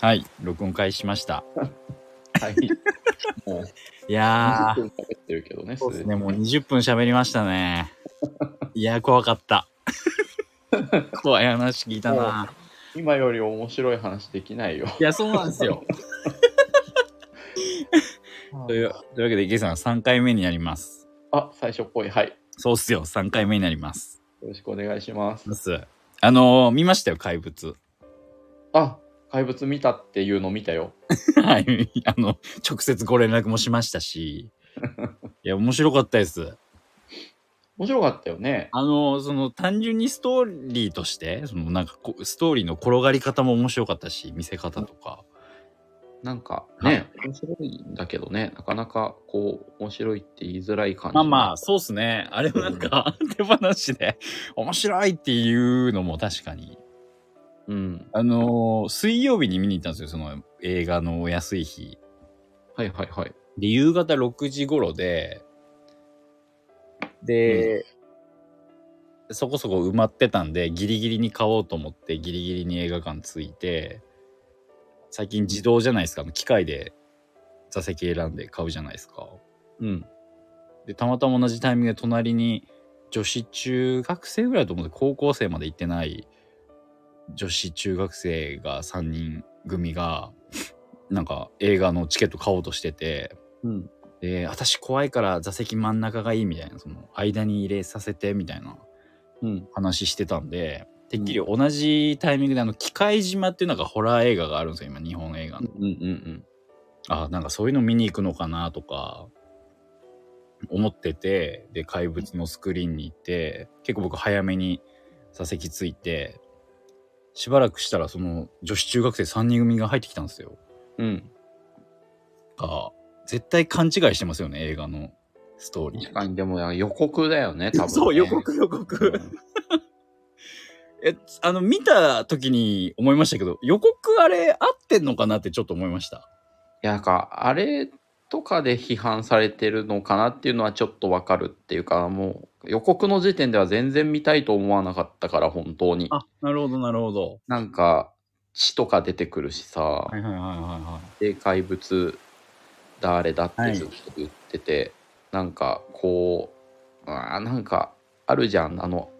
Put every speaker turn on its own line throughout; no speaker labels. はい、録音開始しました。
はい。もう、
いや
20分喋ってるけどね、
ー、
すで
ね、
に
もう20分喋りました ね。いやー、怖かった。怖い話聞いたな。
今より面白い話できないよ。
いや、そうなんですよ。 というというわけで、池さん、3回目になります。
あ、最初っぽい。はい。よ
そうっすよ、3回目になります。
ろしくお願いします。
ますあのー、見ましたよ、怪物。
あ、怪物見たっていうの見たよ。
はい、あの、直接ご連絡もしました し。いや、面白かったです。
面白かったよね。
あのその単純にストーリーとしてそのなんかこうストーリーの転がり方も面白かったし見せ方とか
なんかね、面白いんだけどね、なかなかこう、面白いって言いづらい感じ。
まあまあそうっすねあれもなんか手放しで面白いっていうのも確かに
あ。うん。
あの水曜日に見に行ったんですよその映画のお安い日
はいはいはい。
で夕方6時頃でで、そこそこ埋まってたんでギリギリに買おうと思ってギリギリに映画館着いて最近自動じゃないですかあの機械で座席選んで買うじゃないですか
うん。
でたまたま同じタイミングで隣に女子中学生ぐらいだと思うんで高校生まで行ってない女子中学生が3人組がなんか映画のチケット買おうとしてて
うん。
で、私怖いから座席真ん中がいいみたいな、その間に入れさせてみたいな
うん。
話してたんで、てっきり同じタイミングであの、機械島っていうのがホラー映画があるんですよ、今、日本映画
うん
の。
うんうん
あ、なんかそういうの見に行くのかなとか、思ってて、で、怪物のスクリーンに行って、結構僕早めに座席ついて、しばらくしたらその女子中学生3人組が入ってきたんですよ。
うん。うん。
が、絶対勘違いしてますよね、映画のストーリー
確。かに、でも予告だよね、多分、ね。
そう、予告予告。 え、あの、見た時に思いましたけど、予告あれ合ってんのかなってちょっと思いました。
いやなんかあれとかで批判されてるのかなっていうのはちょっとわかるっていうかもう予告の時点では全然見たいと思わなかったから本当に
あ、なるほど、なるほど。
なんか血とか出てくるしさ、
はいはいはいはいは
で怪物誰だってずっと言ってて、なんかこうあーなんかあるじゃんあの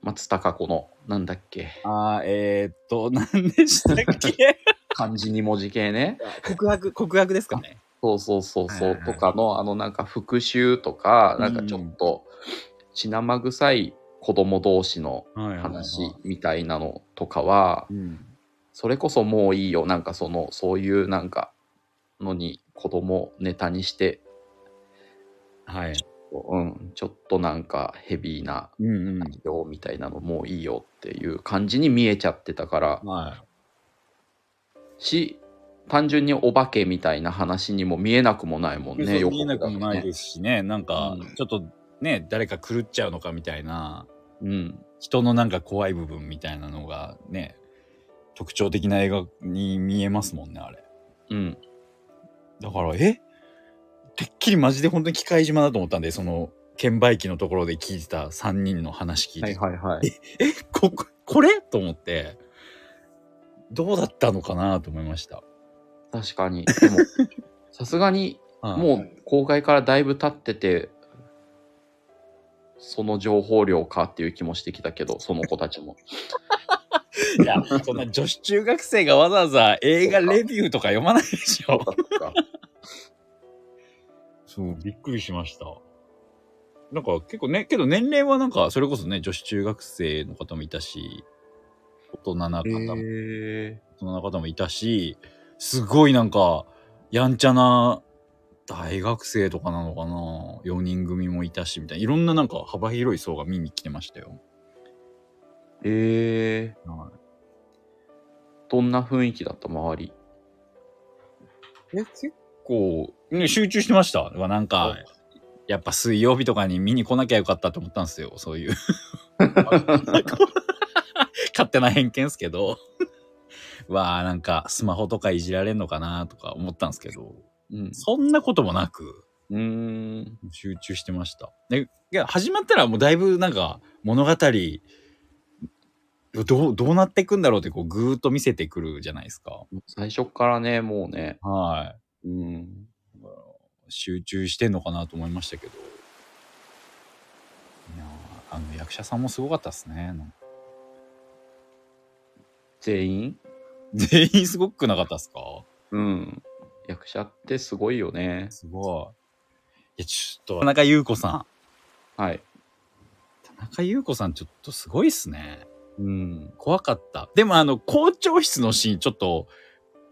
松たか子のなんだっけ
い。あー、えー、っと、 何でしたっけ
漢字二文字系ね
告白、告白ですかね。
そうそうそうそ
は
う
いはいは
と
い
かのあのなんか復讐とか
うん
なんかちょっと血生臭い子供同士の
はい
話みたいなのとかは
うん。
それこそもういいよなんかそのそういうなんかのに子供ネタにして、
はい。
うん、ちょっとなんかヘビーな
うんうん。
内容みたいなのもういいよっていう感じに見えちゃってたから
は
し単純にお化けみたいな話にも見えなくもないもん
い。
ね
ね、
予
見え
告
な
だ
く
と
もない
ね。
ですしね、なんか
うん、
ちょっとね、誰か狂っちゃうのかみたいな、
うん
人のなんか怖い部分みたいなのがね、特徴的な映画に見えますもんね、あれ。
うん
だから、えてっきりマジで本当に機械島だと思ったんで、その、券売機のところで聞いてた3人の話聞いて、
はいはいはい。
え こ、ここれと思って、どうだったのかなと思いました。
確かに。でも、 さすがに、
はい
もう公開からだいぶ経ってて、その情報量かっていう気もしてきたけど、その子た ちも。
いや、そんな女子中学生がわざわざ映画レビューとか読まないでしょ。そう、びっくりしました。なんか結構ね、けど年齢はなんか、それこそね、女子中学生の方もいたし、大人な方も
え
大人の方もいたし、すごいなんか、やんちゃな大学生とかなのかな ?4 人組もいたし、みたいな。いろんななんか幅広い層が見に来てましたよ。
ー、え
は
ー、どんな雰囲気だった周り。
い、え、結構、ね、集中してました。うわなんか、やっぱ水曜日とかに見に来なきゃよかったと思ったんですよ。そう いう。勝手な偏見ですけど。うわあなんかスマホとかいじられんのかなとか思ったんですけど、
うん。
そんなこともなく、
うーん。
集中してました。で、いや始まったらもうだいぶなんか物語どう、どうなっていくんだろうって、こう、ぐーっと見せてくるじゃないですか。
最初からね、もうね、
は
うん、
い。だから集中してんのかなと思いましたけど。いやーあの、役者さんもすごかったですね。なんか
全員、
全員すごくなかったですか
うん、役者ってすごいよね。
すごい。いや、ちょっと、田中優子さん。
はい。
田中優子さん、ちょっとすごいっすね。
うん、
怖かった。でも、あの、校長室のシーン、ちょっと、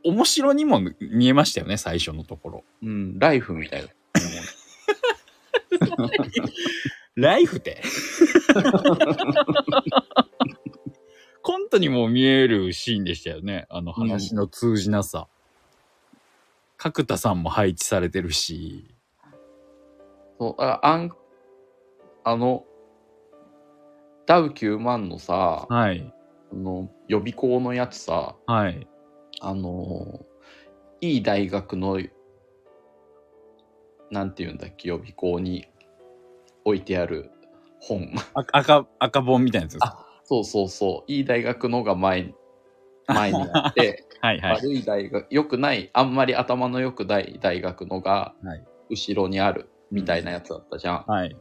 面白にも見えましたよね、最初のところ。
うん、ライフみたいな。
ライフ で。コントにも見えるシーンでしたよね。あの話の通じなさ。角田さんも配置されてるし。
そうああんあのダウ9万のさ、
はい。
あの予備校のやつさ
はい。
あのいい大学のなんていうんだっけ予備校に置いてある本
あ赤、赤本みたいなやつですか
そうそうそういい大学のが前前にあって
はいはい。
悪い大学良くないあんまり頭の良くない大学のが
はい
後ろにあるみたいなやつだったじゃん、
はい。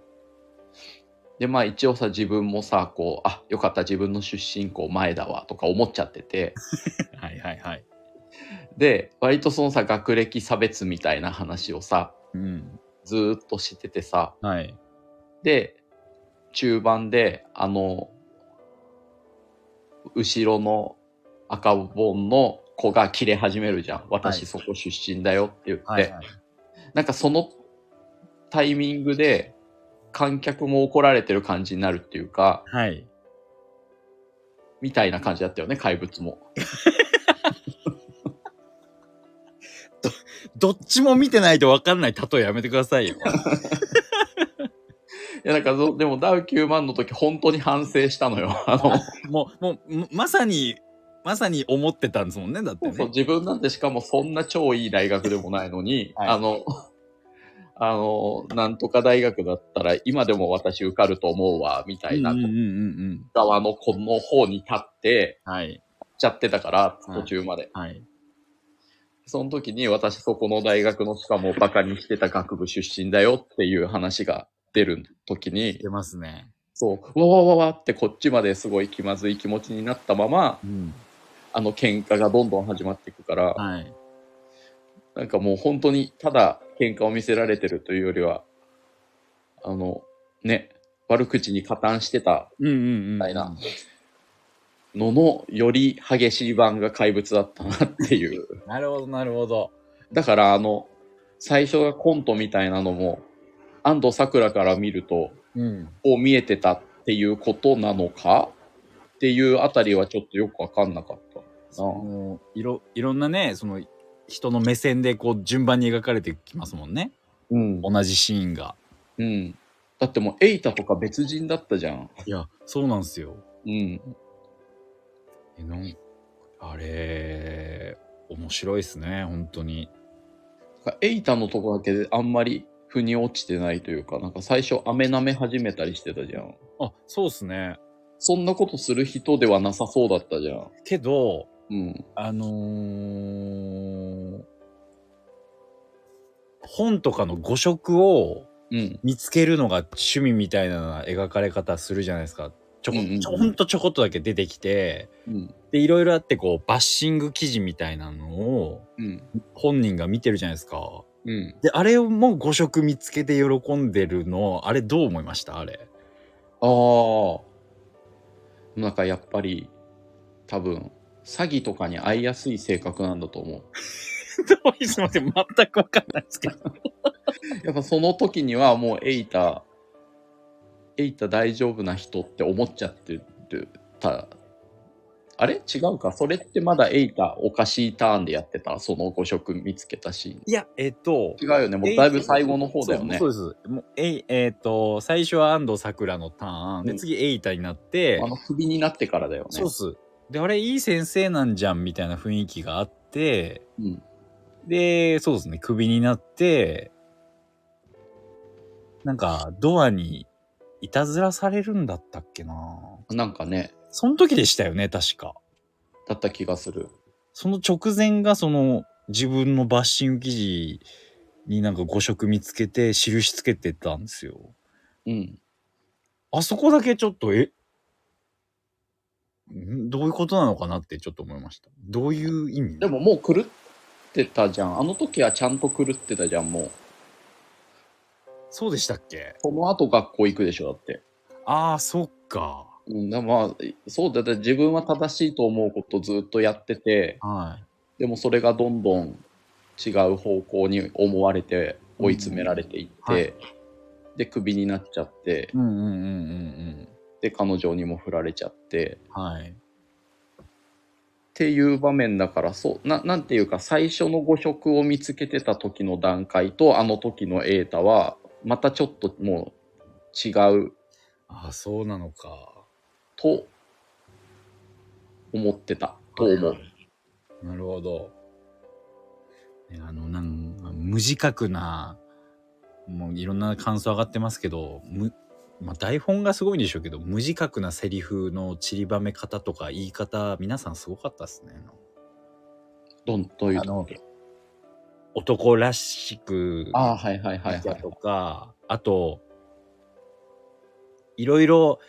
でまあ一応さ自分もさこうあよかった自分の出身校前だわとか思っちゃってて
はいはいはい。
で割とそのさ学歴差別みたいな話をさ
うん。
ずーっとしててさ
はい。
で中盤であの後ろの赤本の子が切れ始めるじゃん私そこ出身だよって言って、
はいはい。
なんかそのタイミングで観客も怒られてる感じになるっていうか
はい。
みたいな感じだったよね怪物も。
どっちも見てないと分かんない例えやめてくださいよ。
いや、なんかそう、でもダウ9万の時、本当に反省したのよ。 あの、
もう、もう、まさに、まさに思ってたんですもんね、だって
そ
ね。
う自分なんてしかもそんな超いい大学でもないのに、
はい
あの、 あの、なんとか大学だったら、今でも私受かると思うわ、みたいな
うんうんうんうん。
側のこの方に立って、
はい。
ちゃってたから、
はい
途中まで。
はい。
その時に私そこの大学のしかもバカにしてた学部出身だよっていう話が出る時に、
出ますね。
そう、わわわわってこっちまですごい気まずい気持ちになったまま、
うん。
あの喧嘩がどんどん始まっていくから、
はい。
なんかもう本当にただ喧嘩を見せられてるというよりは、あの、ね、悪口に加担してた
うんうんうん。
みたいなののより激しい版が怪物だったなっていう。
なるほど、なるほど。
だからあの、最初がコントみたいなのも、安藤サクラから見ると、
うん。
こう見えてたっていうことなのかっていうあたりはちょっとよくわかんなかった。
もういろ、いろんなね、その、人の目線でこう順番に描かれてきますもんね。
うん。
同じシーンが。
うん。だってもう、エイタとか別人だったじゃん。
いや、そうなんですよ。
うん。
え、なんあれ、面白いですね、本当に。
エイタのとこだけであんまり腑に落ちてないというか、なんか最初飴舐め始めたりしてたじゃん。
あ、そうっすね。
そんなことする人ではなさそうだったじゃん。
けど、
うん。
あのー本とかの誤色を
うん。
見つけるのが趣味みたいな描かれ方するじゃないですか。ちょこ、
うんうんうん
ちょほんとちょこっとだけ出てきて、
うん。
で、いろいろあってこう、バッシング記事みたいなのを
うん。
本人が見てるじゃないですか。
うん。
で、あれをもう誤色見つけて喜んでるの、あれどう思いましたあ れ。
ああ。なんかやっぱり、多分、詐欺とかに遭いやすい性格なんだと思う。
どういうすいません、全くわかんないですけど。
やっぱその時にはもうエイタ、エイタ大丈夫な人って思っちゃってる。たあれ違うかそれってまだエイタおかしいターンでやってたその5色見つけたシ
いや、えっ、と、
ーン。違うよね。もうだいぶ最後の方だよね。
そうそうです。もうえいえーっと最初は安藤サクラのターン、
う
で
ん
次エイタになって、
あの首になってからだよね。
そうっす。であれいい先生なんじゃんみたいな雰囲気があって
うん。
でそうですねクビになってなんかドアにいたずらされるんだったっけな
なんかね、
その時でしたよね、確か。
だった気がする。
その直前がその自分のバッシング記事になんか5色見つけて印つけてたんですよ。
うん。
あそこだけちょっと、えんどういうことなのかなってちょっと思いました。どういう意味
でももう狂ってたじゃん。あの時はちゃんと狂ってたじゃん、もう。
そうでしたっけ
その後学校行くでしょ、だって。
ああ、そっか。
うん、だまあ、そうだ、だって自分は正しいと思うことずっとやってて、
は
でもそれがどんどん違う方向に思われて、追い詰められていって、
うんはい
で、クビになっちゃって
い。、うんうんうんうん
で、彼女にも振られちゃって、
うん。はい。
っていう場面だから、そう、ななんていうか、最初の誤色を見つけてた時の段階と、あの時の瑛太は、またちょっともう違う
ああ、そうなのか。
と思ってた、と思う。
なるほど。ねあの、なん無自覚な、もういろんな感想上がってますけど、むまあ、台本がすごいんでしょうけど、無自覚なセリフの散りばめ方とか言い方、皆さんすごかったですね。
どんどういう
あの男らしく、
ああ、はいはいはい、は
だ
い
と。か、あと、いろいろ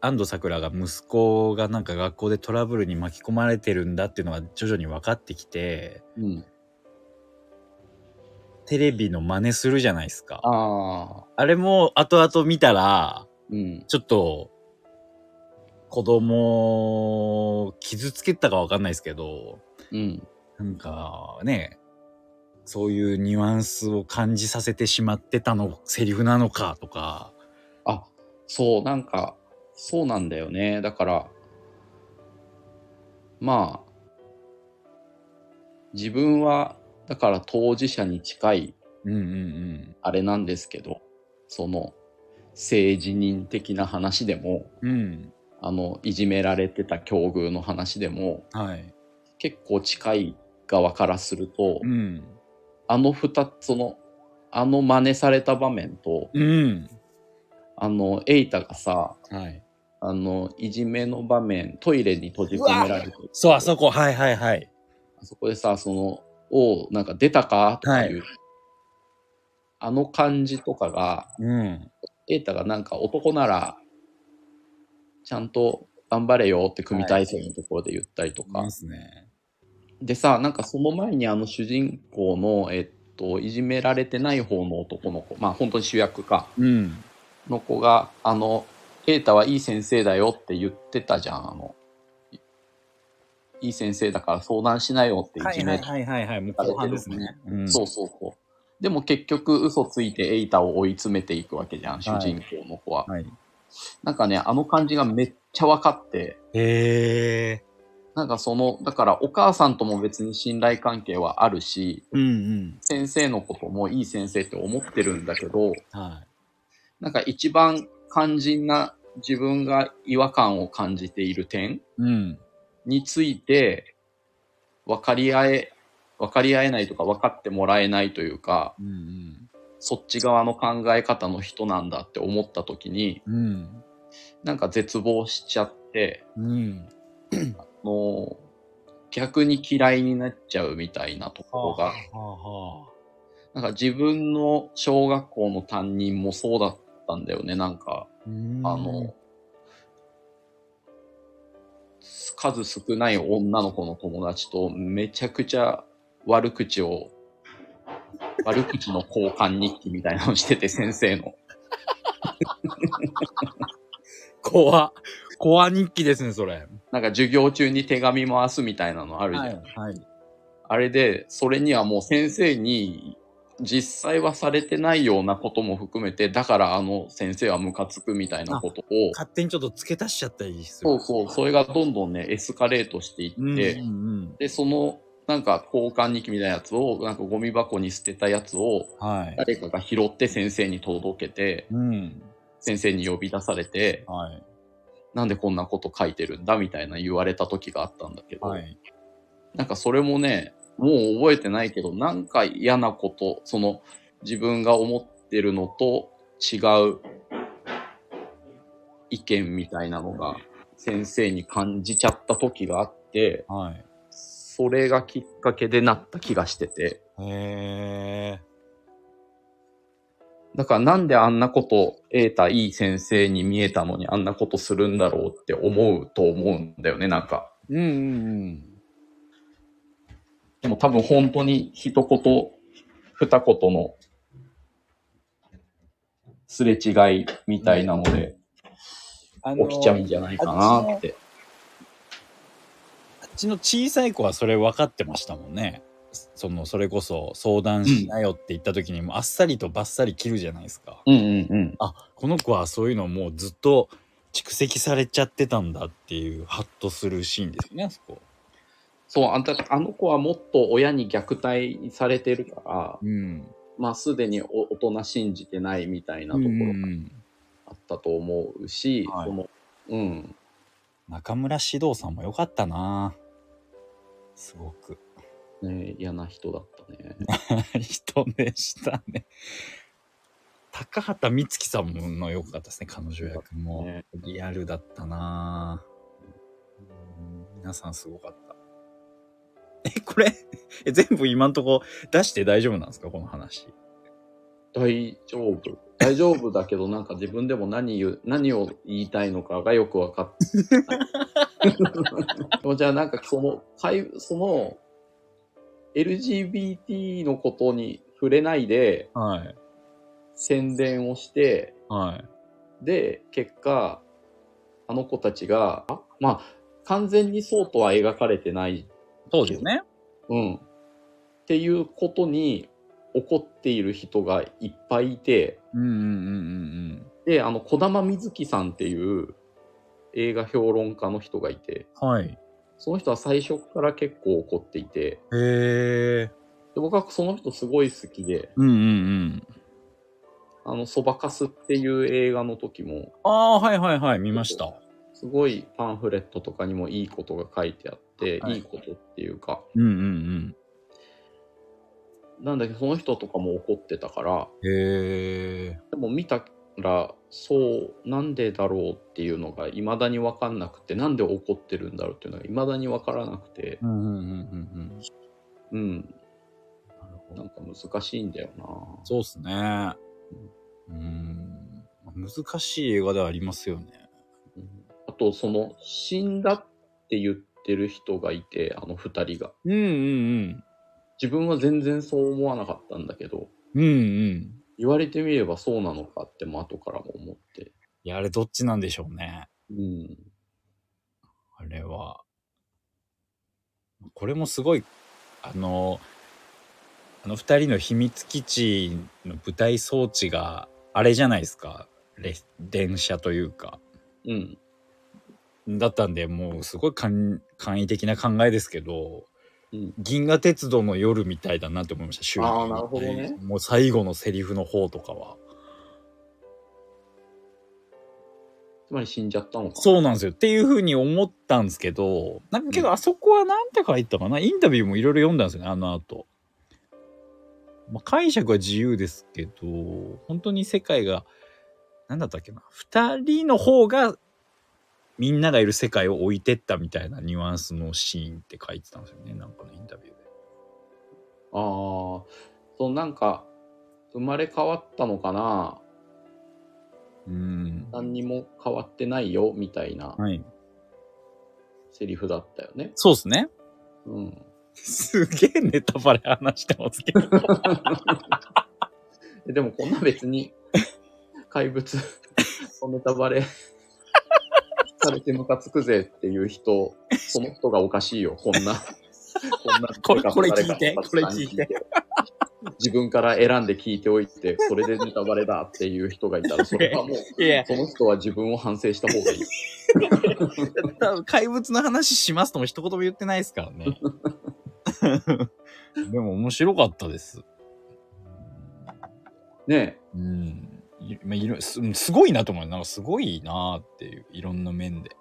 安藤サクラが息子がなんか学校でトラブルに巻き込まれてるんだっていうのが徐々に分かってきて、
うん、
テレビの真似するじゃないですか。あ
ああ、
れも後々見たら、
うん。
ちょっと、子供を傷つけたかわかんないですけど、
うん。
なんかね、そういうニュアンスを感じさせてしまってたの、セリフなのかとか、
あ、そう、なんか、そうなんだよね。だから、まあ、自分は、だから当事者に近い、
うんうんうん。
あれなんですけど、その、政治人的な話でも、
うん。
あの、いじめられてた境遇の話でも、
はい。
結構近い側からすると、
うん。
あの二つの、あの真似された場面と、
うん。
あの、エイタがさ、
はい。
あの、いじめの場面、トイレに閉じ込められてる
そう、あそこ、はいはいはい。
あそこでさ、その、おうなんか出たかっていう、あの感じとかが、
うん。
エイタがなんか男なら、ちゃんと頑張れよって組体操のところで言ったりとか。
ますね。
でさ、なんかその前にあの主人公の、えっと、いじめられてない方の男の子、まあ本当に主役か、
うん。
の子が、あの、エイタはいい先生だよって言ってたじゃん、あの、いいい先生だから相談しなよってい
は
じ
い
め
は
ら
い
れて
はいはいはい。もう後半ですね。うん
そうそうそう。でも結局嘘ついてエイタを追い詰めていくわけじゃん、主人公の子は。
はい。
なんかね、あの感じがめっちゃ分かって、
へえ。
なんかその、だからお母さんとも別に信頼関係はあるし、
うんうん。
先生のこともいい先生って思ってるんだけど、
は
なんか一番肝心な自分が違和感を感じている点
い。うん。
について、分かり合え、分かり合えないとか分かってもらえないというか、
うん
そっち側の考え方の人なんだって思った時に、
うん。うん。
なんか絶望しちゃって、
うん。
もう逆に嫌いになっちゃうみたいなところが、
はあはあ。
なんか自分の小学校の担任もそうだったんだよね、なんか、
うん
あの、数少ない女の子の友達とめちゃくちゃ悪口を、悪口の交換日記みたいなのをしてて、 先生の。
怖っ怖日記ですね、それ。
なんか授業中に手紙回すみたいなのあるじゃん。
はい。はい。
あれで、それにはもう先生に実際はされてないようなことも含めて、だからあの先生はムカつくみたいなことを、
勝手にちょっと付け足しちゃったりする。
そうそう、それがどんどんね、エスカレートしていって、
うんうん
で、その、なんか交換日記みたいなやつを、なんかゴミ箱に捨てたやつを、
うん。はい。
誰かが拾って先生に届けて、
うん。
先生に呼び出されて、
はい。
なんでこんなこと書いてるんだみたいな言われた時があったんだけど、
はい。
なんかそれもね、もう覚えてないけど、なんか嫌なこと、その自分が思ってるのと違う意見みたいなのが先生に感じちゃった時があって、
はい。
それがきっかけでなった気がしてて。
へえ。
だからなんであんなこと、瑛太いい先生に見えたのにあんなことするんだろうって思うと思うんだよね、なんか。
うんうんうん。
でも多分本当に一言、二言のすれ違いみたいなので
あの
起きちゃうんじゃないかなって。
あっちの小さい子はそれ分かってましたもんね。そのそれこそ相談しなよって言った時にもうあっさりとバッサリ切るじゃないですか。
うんうんうん。
あこの子はそういうのもうずっと蓄積されちゃってたんだっていうハッとするシーンですよねあそこ。
そう、あんた、あの子はもっと親に虐待されてるから、
うん。
まあすでにお大人信じてないみたいなところ
うん
あったと思うし、
はい
その、うん。
中村獅童さんも良かったなすごく。
ね、嫌な人だったね。
人でしたね。高畑充希さんも良かったですね、彼女役も。
ね
リアルだったなぁうん皆さんすごかった。え、これ、 え全部今んとこ出して大丈夫なんですかこの話。
大丈夫。大丈夫だけど、なんか自分でも何言う、何を言いたいのかがよく分かった。 でもじゃあなんかその、かいその、LGBT のことに触れないで
はい。
宣伝をして、
はい。
で、結果、あの子たちが、あまあ、完全にそうとは描かれてない。
そうですね。
うん。っていうことに怒っている人がいっぱいいて、
うんうんうん
で、あの、児玉瑞希さんっていう映画評論家の人がいて、
うん。はい。
その人は最初から結構怒っていて、
へえ。
で僕はその人すごい好きで、
うんうんうん。
あの、そばかすっていう映画の時も、
ああ、はいはいはい、見ました。
すごいパンフレットとかにもいいことが書いてあって、
はい
い、いことっていうか、
うんうん
なんだけどその人とかも怒ってたから、
うん。へえ。
でも見たら、そう、なんでだろうっていうのが未だにわかんなくて、なんで怒ってるんだろうっていうのが未だにわからなくて、
うんうんうんうんう
うん、
ん。なるほ
なんか難しいんだよな。
そうっすね。うん。難しい映画ではありますよね。
うんあと、その、死んだって言ってる人がいて、あの二人が。
うんうん
自分は全然そう思わなかったんだけど、
うん。うんうん。
言われてみればそうなのかっても後からも思って。
いや、あれどっちなんでしょうね。
うん。
あれは。これもすごい、あの、あの二人の秘密基地の舞台装置が、あれじゃないですか。れ電車というか。
うん。
だったんで、もうすごい簡簡易的な考えですけど、
うん
銀河鉄道の夜みたいだなって思いました、終
あーなるほどね
もう最後のセリフの方とかは。
つまり死んじゃったのか。
そうなんですよ。っていうふうに思ったんですけど、なんかけどあそこはなんて書いてたかなインタビューもいろいろ読んだんですよね、あの後。まあ、解釈は自由ですけど、本当に世界が、なんだったっけな、二人の方がみんながいる世界を置いてったみたいなニュアンスのシーンって書いてたんですよね、なんかのインタビューで。
ああ。そのなんか、生まれ変わったのかな
うん。
何にも変わってないよ、みたいな
はい。
セリフだったよね。
そうですね。
うん。
すげえネタバレ話してますけど。
えでもこんな 別に怪物のネタバレされてムカつくぜっていう人、その人がおかしいよ、こんな。こんな
これ これ聞いてこれ聞いて。
自分から選んで聞いておいて、それでネタバレだっていう人がいたら、それ はもう、
いや、
その人は自分を反省した方がいい。
多分怪物の話しますとも一言も言ってないですからね。でも面白かったです。
ね
うん。いまあ、いろすすごいなと思う。なんかすごいなっていう、いろんな面で。
え。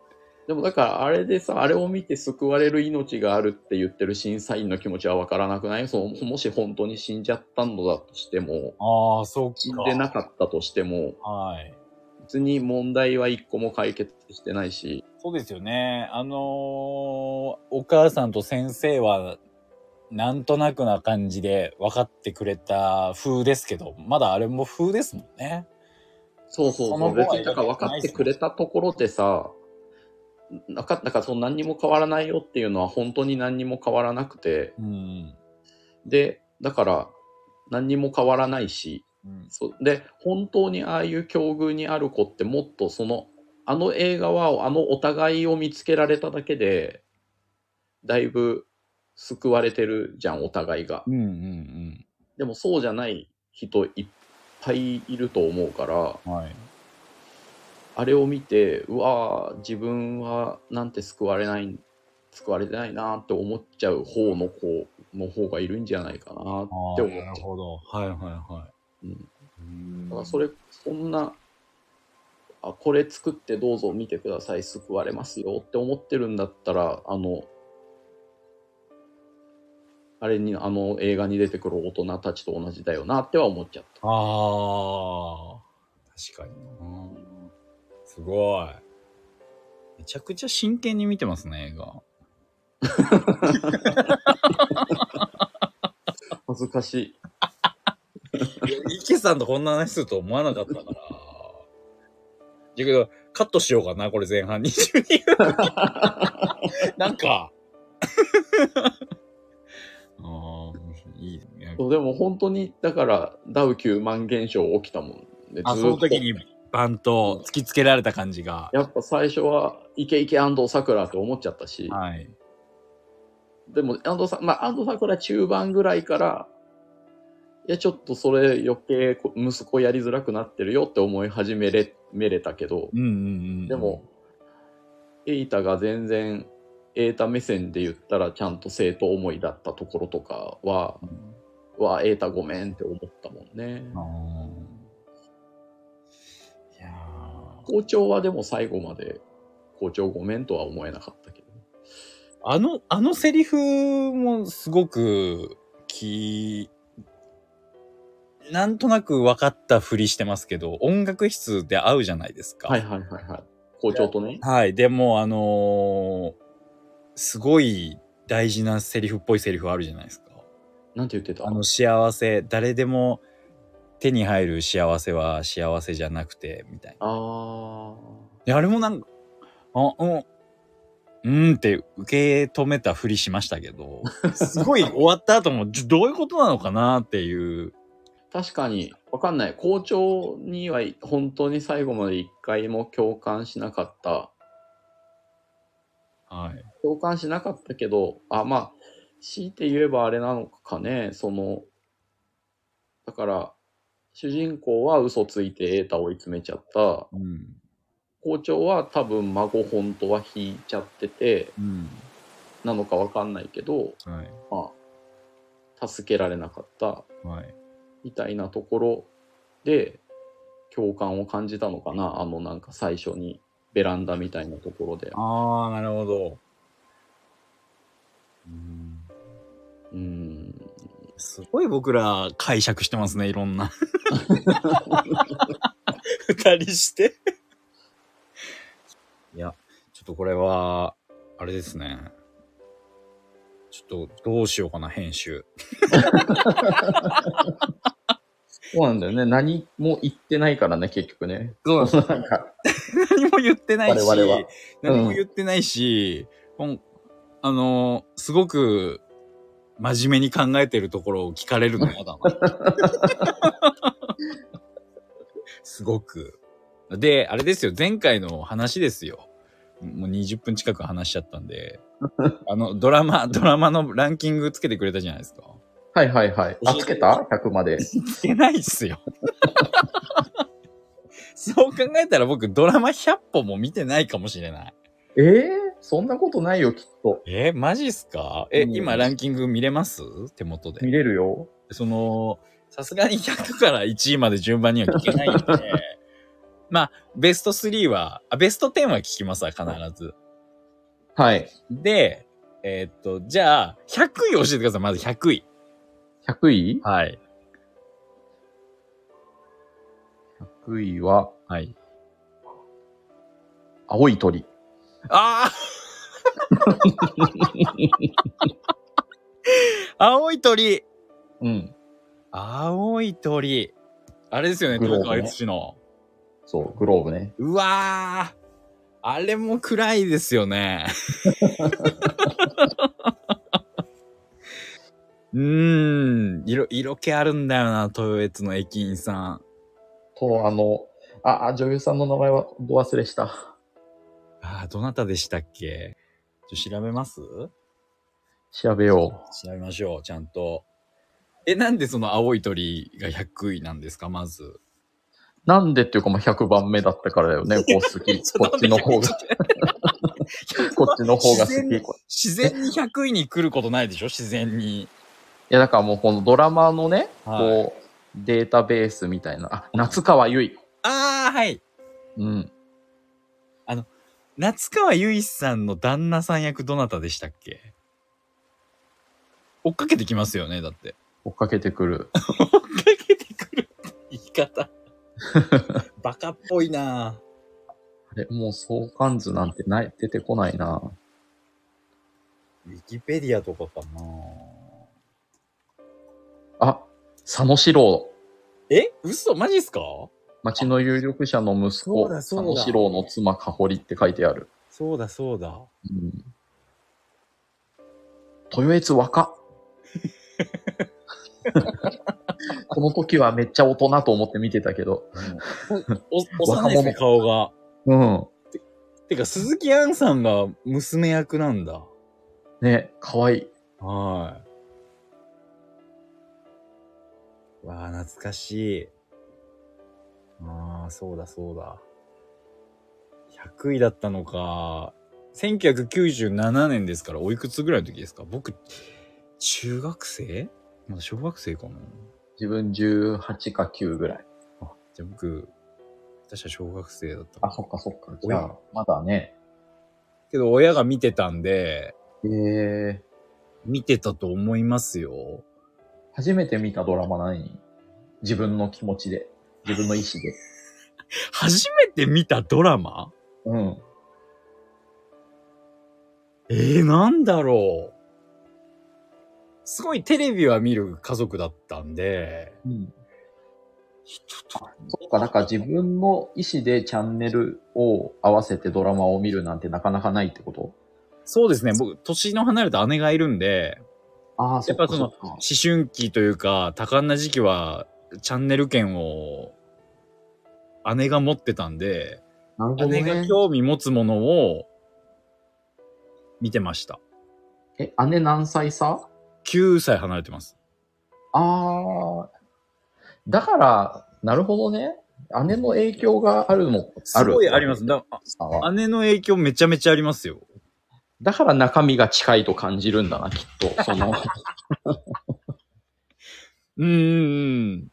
でもだから、あれでさ、あれを見て救われる命があるって言ってる審査員の気持ちはわからなくないそのもし本当に死んじゃったのだとしても、
ああ、そう
死んでなかったとしても、
はい。
別に問題は一個も解決してないし、
そうですよね。あのーお母さんと先生は、なんとなくな感じで分かってくれた風ですけど、まだあれも風ですもんね。
そうそう
そ
そ
の
う。
後は
別にだから分かってくれたところでさ、なかったからその何にも変わらないよっていうのは本当に何にも変わらなくて、
うん。
で、だから何にも変わらないし、
うん、
そで、本当にああいう境遇にある子ってもっとその、あの映画はあのお互いを見つけられただけで、だいぶ救われてるじゃん、お互いが
う。ん、うん、うん。
でもそうじゃない人いっぱいいると思うから、
はい。
あれを見て、うわー自分はなんて救われない、救われてないなーって思っちゃう方の子の方がいるんじゃないかなーって
あ
思
あ、
っちゃ
なる
う。
ほど。はい、はい、は
うん
い。うん
だからそれ、そんな、あ、これ作ってどうぞ見てください、救われますよって思ってるんだったら、あの、あれに、あの映画に出てくる大人たちと同じだよなっては思っちゃった。
ああ、確かにな。すごい。めちゃくちゃ真剣に見てますね、映画。
恥ずかしい。
池さんとこんな話すると思わなかったから。じゃけど、カットしようかな、これ前半22分。 なんか。ああ、いいね。
そうでも本当に、だから、ダウ9万現象起きたもんね。
あ、
ず
そ
ー
の
っと
時にバンと突きつけられた感じが。
やっぱ最初は、イケイケ安藤サクラって思っちゃったし、
はい。
でも安藤さん、まあ安藤サクラ中盤ぐらいから、いや、ちょっとそれ余計こ息子やりづらくなってるよって思い始めれ、めれたけど
う、んうんうん。
でも、、エイタが全然、エータ目線で言ったらちゃんと生徒思いだったところとかは、はエータごめんって思ったもんね。
あーいやー
校長はでも最後まで校長ごめんとは思えなかったけど。
あの、あのセリフもすごく、き、なんとなく分かったふりしてますけど、音楽室で会うじゃないですか。
はい。はいはいはい。校長とね。
はい。でも、あのーすごい大事なセリフっぽいセリフあるじゃないですか。
なんて言ってた
あの幸せ、誰でも手に入る幸せは幸せじゃなくて、みたいな。
あ
いや、あれもなんか、あ、うん、うんって受け止めたふりしましたけ ど、すごい終わった後も、ちょどういうことなのかなっていう。
ー確かに、わかんない。校長には本当に最後まで一回も共感しなかった。
はい。
共感しなかったけど、あ、まあ、強いて言えばあれなのかね、その、だから、主人公は嘘ついてエータを追い詰めちゃった。
うん。
校長は多分孫本当は引いちゃってて、
うん。
なのかわかんないけど、
はい。
まあ、助けられなかった
はい。
みたいなところで共感を感じたのかなあのなんか最初にベランダみたいなところで
ああ、なるほど。うん
うん
すごい僕ら解釈してますね、いろんな。二人して。いや、ちょっとこれは、あれですね。ちょっとどうしようかな、編集。
そうなんだよね何も言ってないからね結局ね
そう
なんか
何も言ってないし、
我々は
何も言ってないし、ほんあのーすごく真面目に考えてるところを聞かれるの嫌だな。すごく。で、あれですよ、前回の話ですよ。もう20分近く話しちゃったんで、あの、ドラマ、ドラマのランキングつけてくれたじゃないですか。
はいはいはいあつけた ?100 まで
つけないっすよ。そう考えたら僕ドラマ100本も見てないかもしれない。
えー、そんなことないよきっと
えーマジっすかえ、
うん
今ランキング見れます手元
見
で。
れるよ
その、さすがに100から1位まで順番には聞けないんで、 まあ、ベスト3は、あ、ベスト10は聞きますわ、必ず。
はい
で、えーっと、じゃあ、100位教えてください、まず100位。
100位
はい。
?100 位は
はい。
青い鳥。
ああ 青い鳥
うん。
青い鳥あれですよね、
グロー
東
ブね
海市の。
そう、グローブね。
うわーあれも暗いですよ ね。うーん、色、色気あるんだよな、豊越の駅員さん。
と、あの、あ、あ女優さんの名前はど忘れした。
ああ、どなたでしたっけちょ調べます
調べよ
調べましょう、ちゃんと。え、なんでその青い鳥が100位なんですか、まず。
う。なんでっていうか、まあ、100番目だったからだよね。こう好き。こっちの方が、こっちの方が好き。い
自然に100位に来ることないでしょ、自然に。
や、だからもうこのドラマのね、
はい
こう、データベースみたいな。あ、夏川由衣。
ああ、はい。
うん。
夏川由衣さんの旦那さん役どなたでしたっけ追っかけてきますよね、だって。
追っかけてくる。
追っかけてくるって言い 方。バカっぽいな
あれ、もう相関図なんてない、出てこないな。
ウィキペディアとかかな
あ、佐野史郎。
え嘘マジっすか
町の有力者の息
あそ
子、
うだ
佐
そうだ
野史郎の妻、かほりって書いてある。
そうだそうだ。
うん。豊悦若。 この時はめっちゃ大人と思って見てたけど。
お、幼いですね、
若
顔が。
うん。
てか、鈴木杏さんが娘役なんだ。
ね、かわいい。
はい。わあ、懐かしい。ああ、そうだそうだ。100位だったのか。1997年ですから、おいくつぐらいの時ですか僕、中学生まだ小学生かな
自分18か9ぐらい。
あ、じゃあ僕、私は小学生だった
あ、そっかそっか。じゃ
お
あ、まだね。
けど、親が見てたんで、
えー、
見てたと思いますよ。
初めて見たドラマ何自分の気持ちで。自分の意思で。
初めて見たドラマ
うん。
えー、なんだろう。すごいテレビは見る家族だったんで、
うん。
ちょっ
そっか、だから自分の意思でチャンネルを合わせてドラマを見るなんてなかなかないってこと
とそうですね、僕、年の離れた姉がいるんで、
ああ、
やっぱその
か
思春期というか、多感な時期は、チャンネル権を、姉が持ってたんで、
なるほど
姉が
ね。
興味持つものを、見てました。
え、姉何歳差
9歳離れてます。
ああ。だから、なるほどね。姉の影響があるの。
すごいあります。だ
さんは
姉の影響めちゃめちゃありますよ。
だから中身が近いと感じるんだな、きっと。その、
うーん。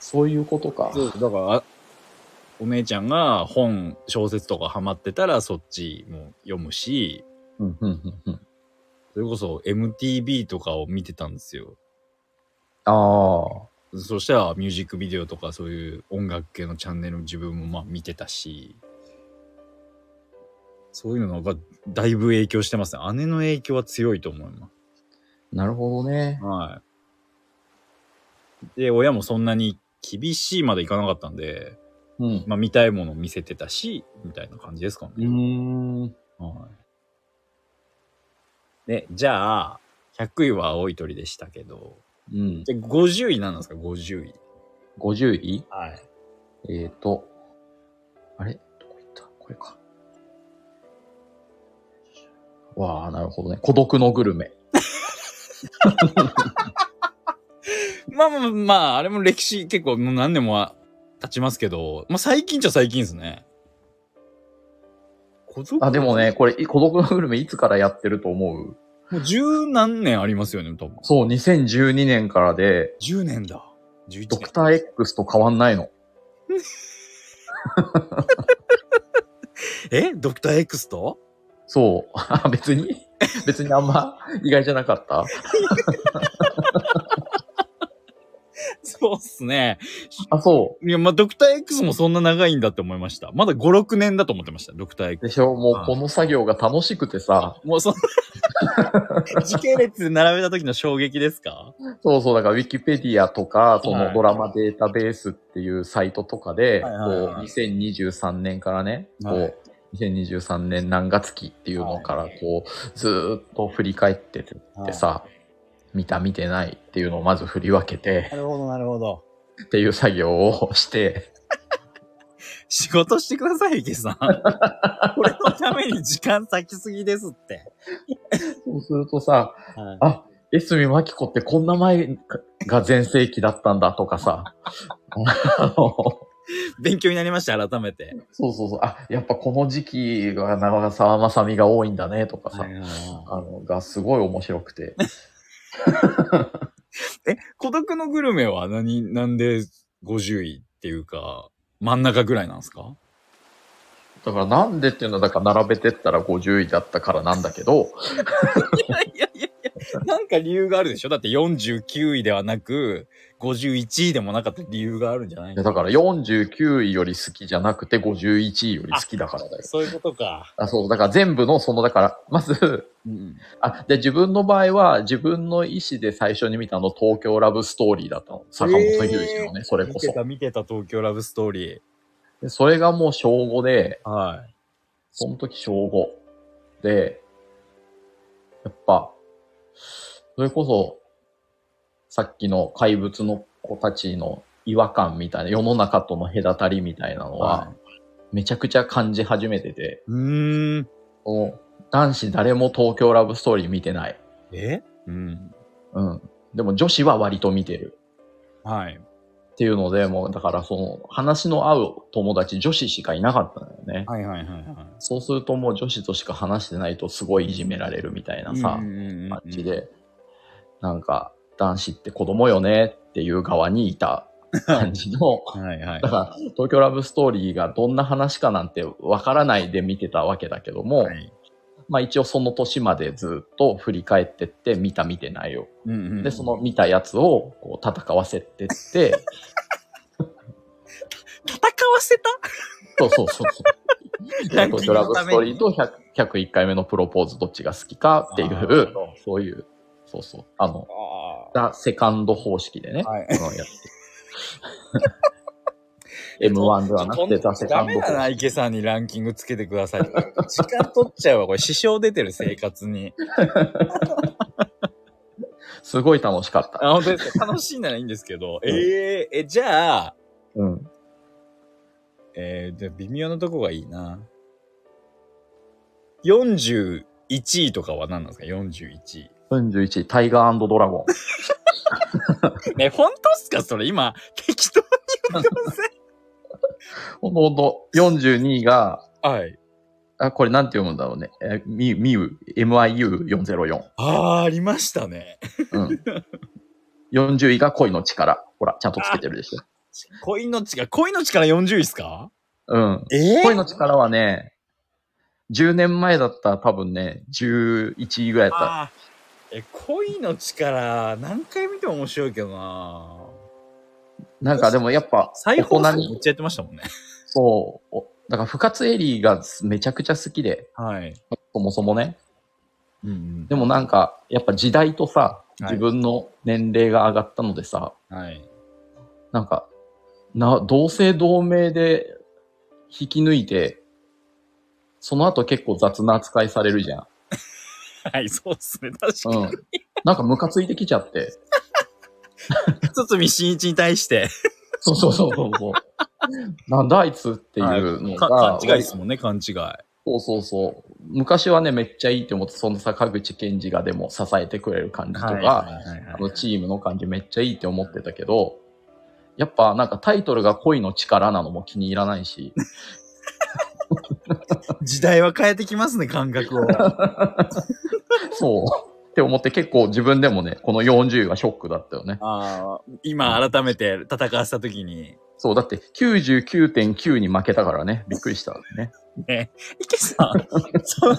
そういうことか。
そう、だから、あお姉ちゃんが本、小説とかハマってたらそっちも読むし、
うん、うん、うんうん。
それこそ MTV とかを見てたんですよ。
ああ。
そしたらミュージックビデオとかそういう音楽系のチャンネルも自分もまあ見てたし、そういうのがだいぶ影響してますね。姉の影響は強いと思いま
なるほどね
す。。はい。で、親もそんなに厳しいまでいかなかったんで、
うん。
まあ見たいものを見せてたし、みたいな感じですかね。
うーん。
はい。で、じゃあ、100位は青い鳥でしたけど、
うん。
で50位なんなんですか ?50 位。
50位
はい。
えっ、ー、と、あれどこ行ったこれか。わあ、なるほどね。孤独のグルメ。
まあまあまあ、あれも歴史結構もう何年もは経ちますけど、まあ最近っちゃ最近ですね。孤独
あ、でもね、。これ、い孤独のグルメいつからやってると思う
もう十何年ありますよね、多分。
そう、2012年からで、
10年だ。11
ド
年
ク。ター X と変わんないの。
えドクター X と
そう。あ別に別にあんま意外じゃなかった
そうっすね。
あ、そ
いや、まあ、ドクター X もそんな長いんだって思いました。まだ5、6年だと思ってました、ドクター
う。
X。
でしょもうこの作業が楽しくてさ。
もうそ の時系列並べた時の衝撃ですか
そうそう、だから Wikipedia とか、そ
は
の
い
ドラマデータベースっていうサイトとかで、こ
は
う
いはいはい、
2023年からね、
は
こ、
いう
2023年何月期っていうのから、こう、ずーっと振り返ってってさ、見た見てないっていうのをまず振り分けて、
なるほど、なるほど。
っていう作業をして、
仕事してください、池 さん。これのために時間割きすぎですって。
そうするとさ、
はい
あ、江住真紀子ってこんな前が全盛期だったんだとか さ、あの、
勉強になりました、改めて。
そうそうそう。あ、やっぱこの時期が長澤まさみが多いんだねとかさ、あの、がすごい面白くて。
え、孤独のグルメは何、なんで50位っていうか、真ん中ぐらいなんですか
だからなんでっていうのは、だから並べてったら50位だったからなんだけど、
いやいやいやいや、なんか理由があるでしょだって49位ではなく、51位でもなかった理由があるんじゃない
いやだから49位より好きじゃなくて51位より好きだからだよ。
そういうことか。
あ、そう、だから全部のその、だから、まず、
うん。
あ、で、自分の場合は、自分の意思で最初に見たの、東京ラブストーリーだったの。坂本龍一のね、それ
見
こ
て
そ
た、見てた東京ラブストーリー。
でそれがもう小5で、
はい。
その時小5で、やっぱ、それこそ、さっきの怪物の子たちの違和感みたいな、世の中との隔たりみたいなの
は
は、めちゃくちゃ感じ始めてて、
うーん。
もう男子誰も東京ラブストーリー見てない。
えうん。
うん。でも女子は割と見てる。
はい。
っていうので、もうだからその話の合う友達女子しかいなかったのよね。
はいはいはいは。
そうするともう女子としか話してないとすごいいじめられるみたいないさ、
うんうんうんうん
感じ。で、なんか、男子って子供よねっていう側にいた感じの、
はいはい
だ。から、東京ラブストーリーがどんな話かなんてわからないで見てたわけだけども、
はい
まあ一応その年までずっと振り返ってって、見た見てないよ。
うんうん
で、その見たやつをこう戦わせてって、
戦わせた
そうそうそうそう。
ランキン
東
グ
京
の
ラ
ために
ブストーリーと100 101回目のプロポーズどっちが好きかってい
あー
う、そういう、そうそう、あの、
あ
ザ・セカンド方式でね、
はい
このやつ。M1 ではなくて、ザ・セカ
ダ
ンド
メだな、池さんにランキングつけてください。時間取っちゃうわ、これ。支障出てる、生活に。
すごい楽しかった。
あ、本当ですか楽しいならいいんですけど。えー、え、じゃあ、
うん。
えー、じゃあ微妙なとこがいいな。41位とかは何なんですか ?41 位。
41位、タイガードラゴン。
ね、本当っすかそれ今、適当に言ってません
ほんとほんと、42位が、
はい。
あ、これなんて読むんだろうね。え、ミミウ、MIU404。
あー、ありましたね。
うん。40位が恋の力。ほら、ちゃんとつけてるでしょ。
恋の力、恋の力40位っすか
うん。
ええ
恋の力はね、10年前だったら多分ね、11位ぐらいだった。
あーえ、恋の力、何回見ても面白いけどな
なんかでもやっぱ、
再放
大
送
人に
めっちゃやってましたもんね。
そう。おだから、深津絵里がめちゃくちゃ好きで、
はい。
そもそもね。
うんうん。
でもなんか、やっぱ時代とさ、
い
自分の年齢が上がったのでさ、
はい。
なんか、な、同姓同名で引き抜いて、その後結構雑な扱いされるじゃん。
はい、そうっすね。確 かに。
うん。なんかムカついてきちゃって。
堤真一に対して。
そうそうそうそうそう。なんだあいつっていうのが、
か勘違いですもんね、勘違い。
そうそうそう。昔はね、めっちゃいいって思って、その坂口健二がでも支えてくれる感じとか、あのチームの感じめっちゃいいって思ってたけど、やっぱなんかタイトルが恋の力なのも気に入らな いし、
時代は変えてきますね、感覚を。
そう。って思って結構自分でもね、この40がショックだったよね。
あー今、改めて戦わせたときに、
そう、だって99.9に負けたからね、びっくりしたね。
ね、池さん、そう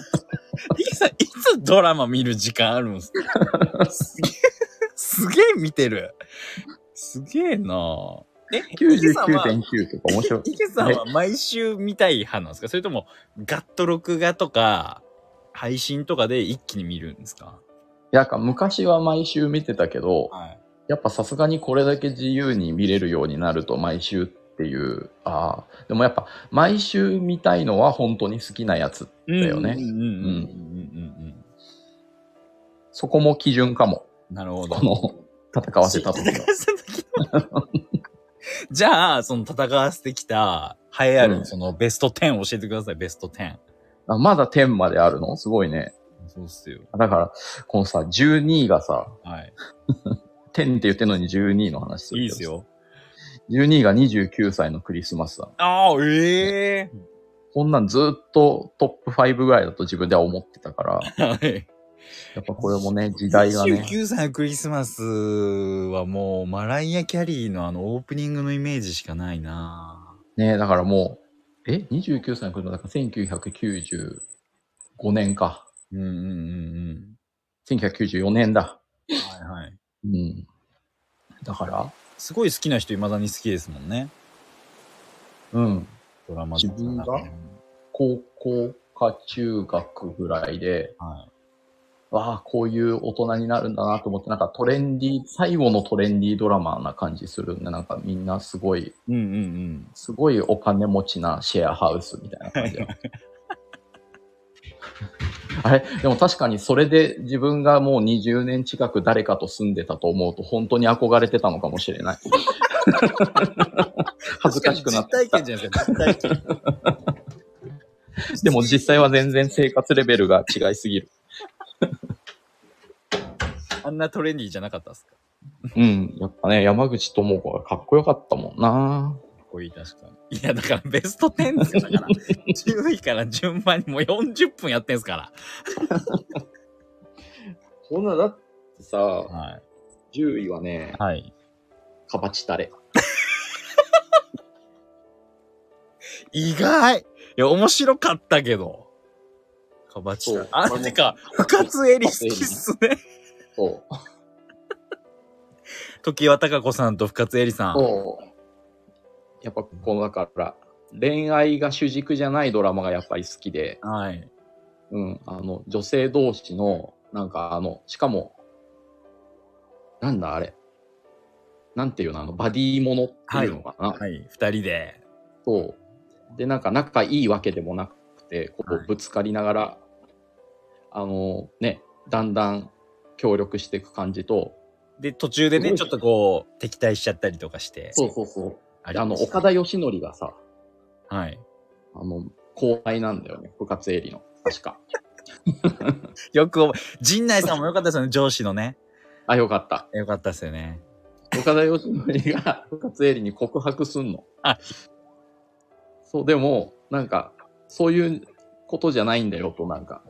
池さん、いつドラマ見る時間あるんですかすげえ、すげえ見てる。すげえなぁえ、
99.9とか面 白い。
池さんは毎週見たい派なんですかそれとも、ガッと録画とか、配信とかで一気に見るんですか
なんか昔は毎週見てたけど、
はい。
やっぱさすがにこれだけ自由に見れるようになると毎週っていう、ああ、でもやっぱ毎週見たいのは本当に好きなやつ。だよね
うんうんうんうんうんうん
そこも基準かも。
うん。なるほど。
この戦わせた時
戦
の
わ。せた時の じゃあ、その戦わせてきた、栄えあ
う
る、
ん
そのベスト10教えてください、ベスト10。
あまだ10まであるのすごいね。
そうっすよ。
だから、このさ、12がさ、
はい。
10って言ってんのに12の話する
いい
け
っ
ど
すよ。
12が29歳のクリスマスだ。
ああ、ええ
こんなんずっとトップ5ぐらいだと自分では思ってたから、
はい。
やっぱこれもね、時代がね。
29歳のクリスマスはもう、マライア・キャリーのあの、オープニングのイメージしかないな
ねだからもう、え ?29 歳の車だから1995年か。
うんうんうん
1994年だ。
うん。はいはい。
うん。だから、
すごい好きな人、未だに好きですもんね。
うん。
ドラマとか
自分が
はい。
高校か中学ぐらいで、わあ、こういう大人になるんだなと思って、なんかトレンディー、最後のトレンディードラマな感じするんで、なんかみんなすごい、
うんうんうん。
すごいお金持ちなシェアハウスみたいな 感じだ。あれでも確かにそれで自分がもう20年近く誰かと住んでたと思うと本当に憧れてたのかもしれ ない。恥ずかしくなって
実体験じゃないですか、実体験。
でも実際は全然生活レベルが違いすぎる。
あんなトレンディーじゃなかったですか
うん。やっぱね、山口智子がかっこよかったもんな。
かっこいい、確かに。いや、だからベスト10ですよ。だか ら、10位から順番にもう40分やってんすか
こんな、だってさ
ら。、はい。
10位はね、
はい。
かばちたれ。
意外いや、面白かったけど。かばち
そう
た。あ、てか、深津絵里好きっすね。
そう。
時は高子さんと深津絵里さん。
そう。やっぱこのだから、恋愛が主軸じゃないドラマがやっぱり好きで、
はい。
うん、あの、女性同士の、なんかあの、しかも、なんだあれ、なんていうの、あの、バディものっていうのかな、
はい。二人で。
そう。で、なんか仲いいわけでもなくて、こ
はいう
ぶつかりながら、あの、ね、だんだん協力していく感じと、
で、途中でね、
すごい
ちょっとこう、敵対しちゃったりとかして。
そうそうそう。
あり
あの、
ました
岡田義則がさ、
はい。
あの、後輩なんだよね、部活エリの。確か。
よく覚え、陣内さんもよかったですよね、上司のね。
あ、よかった。
よかったですよね。
岡田義則が 部活エリに告白すんの。
あ
そう、でも、なんか、そういうことじゃないんだよと、なんか。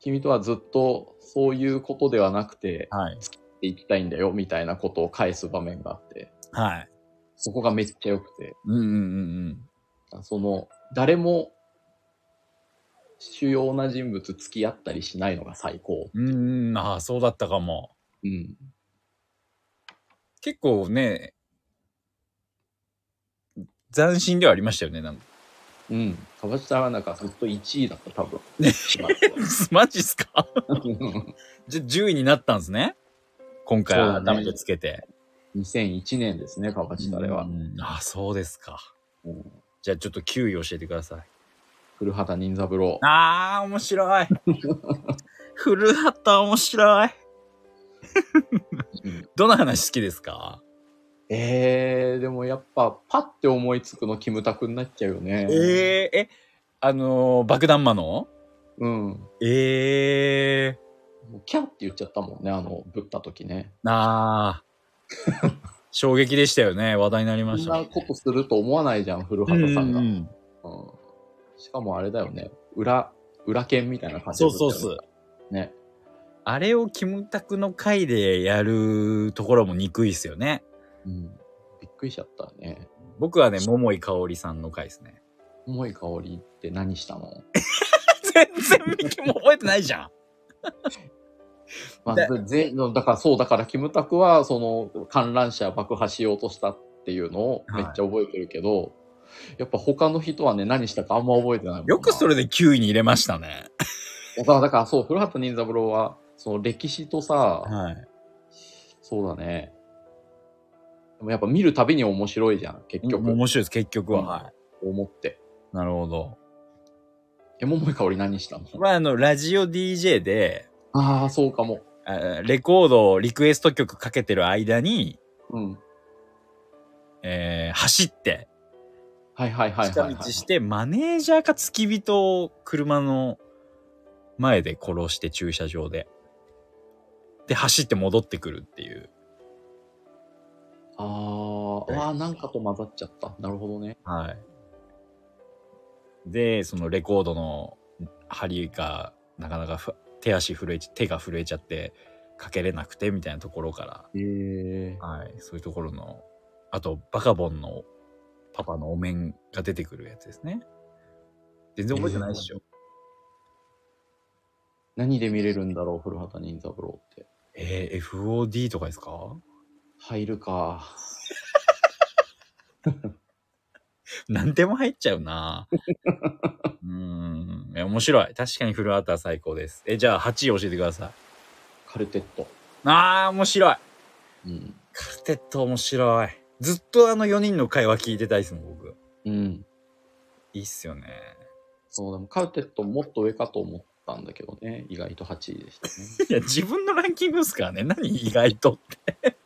君とはずっとそういうことではなくて、
はい。
行きたいんだよ、みたいなことを返す場面があって、
はい。
そこがめっちゃ良くて、
うんうんうん
その、誰も、主要な人物付き合ったりしないのが最高。
うん。うんうん、ああ、そうだったかも。
うん。
結構ね、斬新ではありましたよね、なんか。
うん。かばちたはなんかずっと1位だった、多分。
マジっすか
うん
じゃ、10位になったんですね。今回
そうだね
改めてつけて。
2001年ですね、かばちたれは
う。んああ、そうですか。
うん
じゃあちょっと9位教えてください。
古畑任三郎。
ああ、面白い。 古畑面白い。
うん
どの話好きですか
えー、でもやっぱ、パッて思いつくのキムタクになっちゃうよね。
えええ、あのー爆弾魔の
うん。
ええ
キャって言っちゃったもんね、あの、ぶった時ね。
ああ。衝撃でしたよね。話題になり
こ
ま
ん
したね、
なことすると思わないじゃん、古
うんう
畑さんが。うん
ん
しかもあれだよね、裏、裏剣みたいな感じ
そ
だ
う
ったよ
そう
ね
そう。
ね。
あれをキムタクの回でやるところも憎いですよね。
うん。びっくりしちゃったね。
僕はね、桃井かおりさんの回です ね。
重い香りって何したの
全然ミキも覚えてないじゃん。
まあ
だ
ぜだからそうだからキムタクはその観覧車爆破しようとしたっていうのをめっちゃ覚えてるけど、やっぱ他の人はね何したかあんま覚えてないもんな
よくそれで9位に入れましたね。
だからだからそう古畑任三郎はその歴史とさ、
はい。
そうだねでもやっぱ見るたびに面白いじゃん結局、
面白いです、結局は。は
思って
い。なるほど。
え桃井かおり何したの
まあ、あの、ラジオ DJ で、
ああそうかも
あレコードをリクエスト曲かけてる間に、
うん
えー走って、
はいはいはいはい、
近
はい
道して、マネージャーか付き人を車の前で殺して駐車場で。で、走って戻ってくるっていう。
あー、あーなんかと混ざっちゃったなるほどね
はい。で、そのレコードの針がなかなかふ手足震えち、手が震えちゃって、かけれなくてみたいなところか
へえ
ら、はい、そういうところの、あと、バカボンのパパのお面が出てくるやつですね。全然覚えてないっしょ。
何で見れるんだろう古畑任三郎って
えー、FOD とかですか
入るか
何でも入っちゃうなうーん。いや面白い。確かにフルアーター最高です。え、じゃあ8位教えてください。
カルテット
あー、面白い。
うん
カルテット面白い。ずっとあの4人の会話聞いてたいですもん、僕。
うん
いいっすよね。
そうでもカルテットもっと上かと思ったんだけどね意外と8位でしたね
いや、自分のランキングっすからね。何意外とって。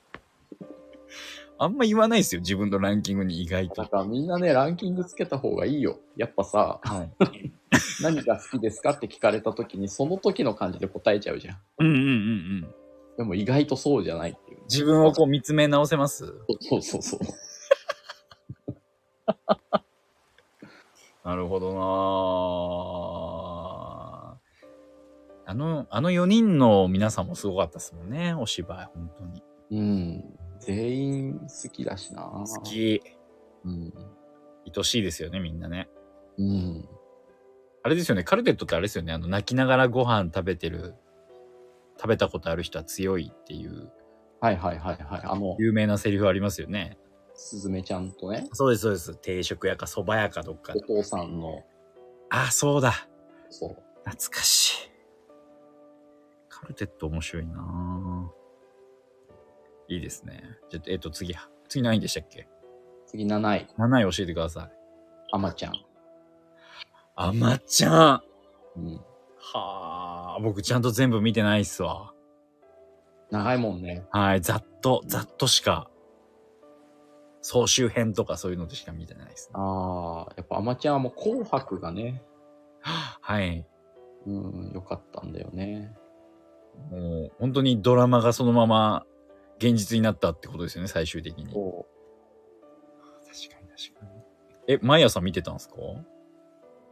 あんま言わないですよ、自分のランキングに意外
だ
と。
からみんなねランキングつけた方がいいよやっぱさ
はい。
何が好きですかって聞かれた時にその時の感じで答えちゃうじゃん
うんうんうんうん。
でも意外とそうじゃないっていう
自分をこう見つめ直せます
そうそうそう
なるほどなあの、あの4人の皆さんもすごかったですもんね、お芝居、本当に。
うん全員好きだしな
好き。
うん
愛しいですよね、みんなね。
うん
あれですよね、カルテットってあれですよね、あの、泣きながらご飯食べてる、食べたことある人は強いっていう、
はいはいはいはいあの
有名なセリフありますよね。
すずめちゃんとね
そうです、そうです。定食屋か蕎麦屋かどっか
お。父さんの
あ、そうだ。
そう
懐かしい。カルテット面白いなぁ。いいですね。じゃ、えっと、次、次何位でしたっけ
次7位
?7 位教えてください。
あまちゃん、
あまちゃんは
うん、
あ、僕ちゃんと全部見てないっすわ。
長いもんね
はい、ざっと、ざっとしか、総集編とかそういうのでしか見てないですね。
ああやっぱあまちゃんはもう紅白がね
はい。
うん良かったんだよね
もう、本当にドラマがそのまま現実になったってことですよね、最終的に。確
そ
かに確かに。え、毎朝見てたんですか
う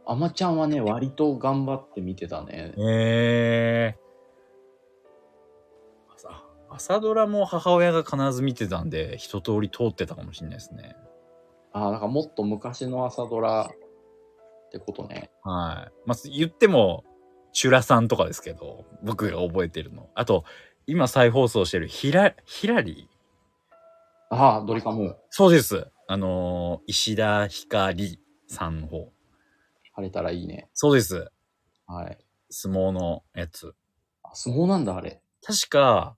あまちゃんはね割と頑張って見てたね
へえ朝朝ドラも母親が必ず見てたんで一通り通ってたかもしれないですね
ああだからもっと昔の朝ドラってことね
はいまあ言ってもチュラさんとかですけど僕が覚えてるのあと今再放送してるヒラヒラリー
ああドリカム
そうですあのー石田ひかりさんの方
晴れたらいいね
そうです
はい
相撲のやつ
あ相撲なんだあれ
確か、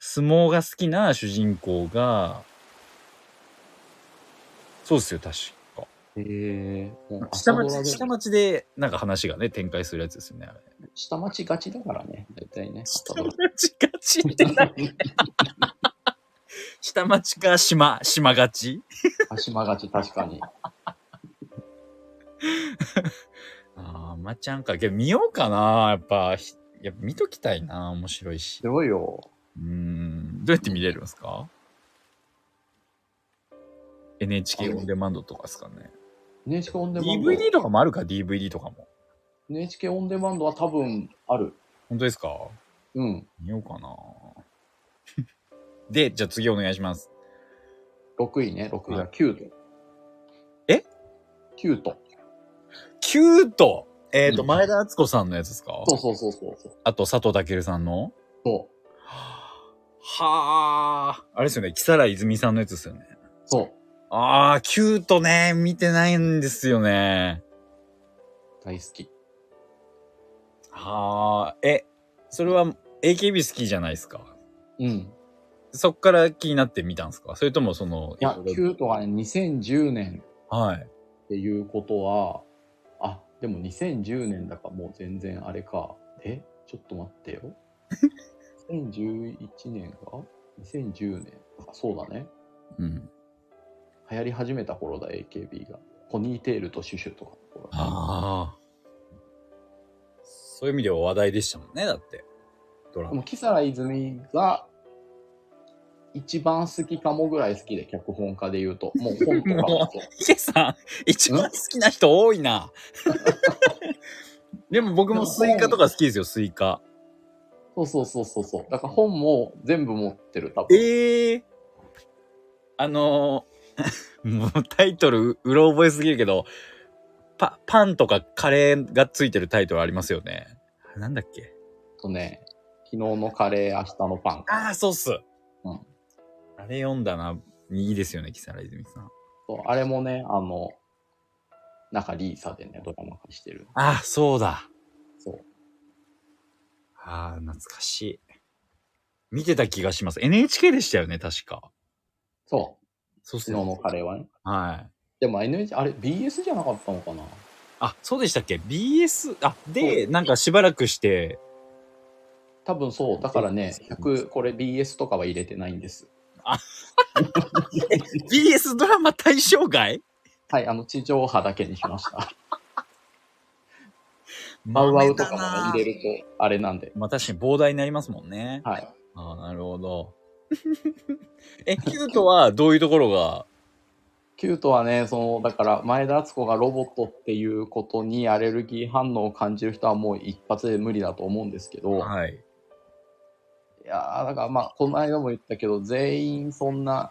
相撲が好きな主人公が、そうですよ、確か。
へえもう
下
朝ドラ
町、
で
下町で、なんか話がね、展開するやつですよね、あれ。
下町がちだからね大体ね朝ドラ
町勝ちって な、下町か島、島勝ち
足間がち、確かに。
ああ、まちゃんか。けど見ようかな、やっぱ、ひやっぱ見ときたいな、面白いし。
白いよ。
うーん、どうやって見れるんですか ?NHK オンデマンドとかですかね。
NHK オンデマンド。
DVD とかもあるか ?DVD とかも。
NHK オンデマンドは多分ある。
本当ですか
うん。
見ようかなで、じゃあ次お願いします。
6位ね、6位
は
はいキュート。
え
キュート。
キュートえっ、と、
うん
前田敦子さんのやつですか
そうそうそうそうそう。
あと、佐藤健さんの
そう。
はあ。あれですよね、木更泉さんのやつですよね。
そう。
ああ、キュートね、見てないんですよね。
大好き。
はあ。え、それは AKB 好きじゃないですか。
うん。
そっから気になって見たんですかそれともその、
いや、キュートはね、2010年
はい。
っていうことは、あ、でも2010年だからもう全然あれか。えちょっと待って よ。2011年が ?2010 年。あ、そうだね。
うん。
流行り始めた頃だ、AKB が。ポニーテールとシュシュとかの頃。
ああ。そういう意味では話題でしたもんね、だって。ドラ
でも、
マ。
キサラ泉が、一番好きかもぐらい好きで、脚本家で言うと。もう本とかもそう。
ヒゲさん、一番好きな人多いな。 でも僕もスイカとか好きですよ、スイカ。
そうそうそうそうそう。だから本も全部持ってる、多分。
ええあのーもうタイトルう、うろ覚えすぎるけど、パ、パンとかカレーがついてるタイトルありますよね。なんだっけ
とね、昨日のカレー、明日のパン。
ああ、そうっす。
うん
あれ読んだな。いいですよね、木更泉さん。
そうあれもね、あの、なんかリーサでね、ドラマ化してる。
ああ、そうだ。
そう。
ああ、懐かしい。見てた気がします。NHK でしたよね、確か。
そう、
そうっす
昨日の
よ。
カレーはね。
はい。
でも NH、あれ、BS じゃなかったのかな
あ、そうでしたっけ ?BS、あ、
そう
で、なんかしばらくして、
多分そう。だからね、100、これ BS とかは入れてないんです。
BS ドラマ対象外
はい、あの、地上波だけにしました。 バウアウとかもね入れると、あれなんで。
まあ確かに膨大になりますもんね。
はい。
ああ、なるほど。 え、キュートはどういうところが
キュートはね、その、だから、前田敦子がロボットっていうことにアレルギー反応を感じる人はもう一発で無理だと思うんですけど、
はい。
いやー、だからまあ、この間も言ったけど、全員そんな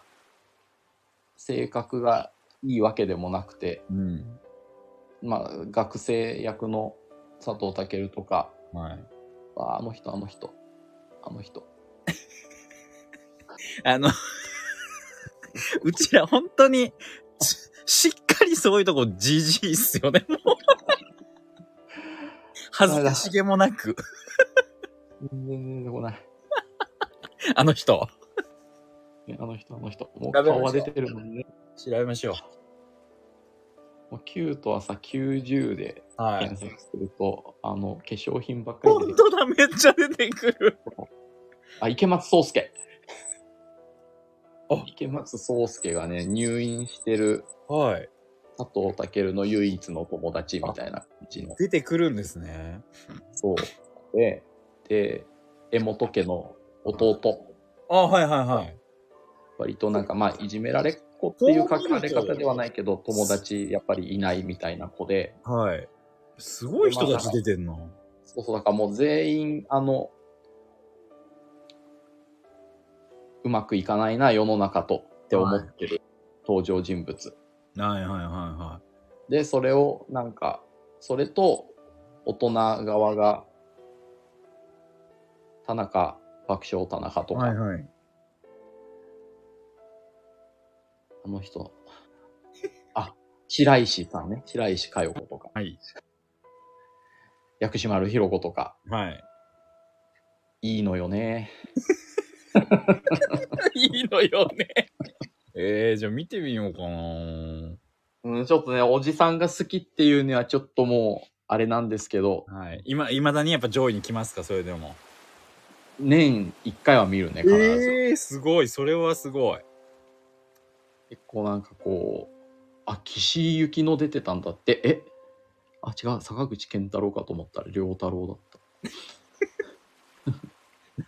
性格がいいわけでもなくて、
うん。
まあ、学生役の佐藤健とか、
はい。
あーあの人、あの人、あの人。
あの、 うちら本当に、ししっかりそういうとこじじいっすよね、もう。 恥ずかしげもなく、
全然出てこない。
あの人。
ねあの人、あの人。もう
ダメな
顔は
人
出てるもんね。
調べましょ
もうキュートはさ、90で
う。は
検。索すると、あの、化粧品ばっかり
本
出てくる。
当だ、めっちゃ出てくる。
あ、池松壮介。
あ
池松壮介がね、入院してる
はい。
佐藤健の唯一の友達みたいな感じの。
出てくるんですね。
そう。で、で、江本家の弟。
あ、はいはいはい。
割となんかまあ、いじめられっ子っていう書かれ方ではないけど、友達やっぱりいないみたいな子で。
はい。すごい人たち出てんな。
そうそう、だからもう全員、あの、うまくいかないな、世の中とって思ってる登場人物。
はいはいはいは
で、それをなんか、それと大人側が、田中、爆笑田中
い。
とか、
はい。
あの人、あ、白石さんね、白石佳代子とか、
はい。
薬師丸ひろ子とか、
はい。
いいのよね。
いいのよね。えー、じゃあ見てみようかな。
うん、ちょっとね、おじさんが好きっていうにはちょっともう、あれなんですけど、
はい。今、いまだにやっぱ上位に来ますか、それでも。
年1回は見るね、必ず。
えー、すごい。それはすごい。
結構なんかこう、あ、岸井ゆきの出てたんだって、えあ、違う、坂口健太郎かと思ったら、良太郎だった。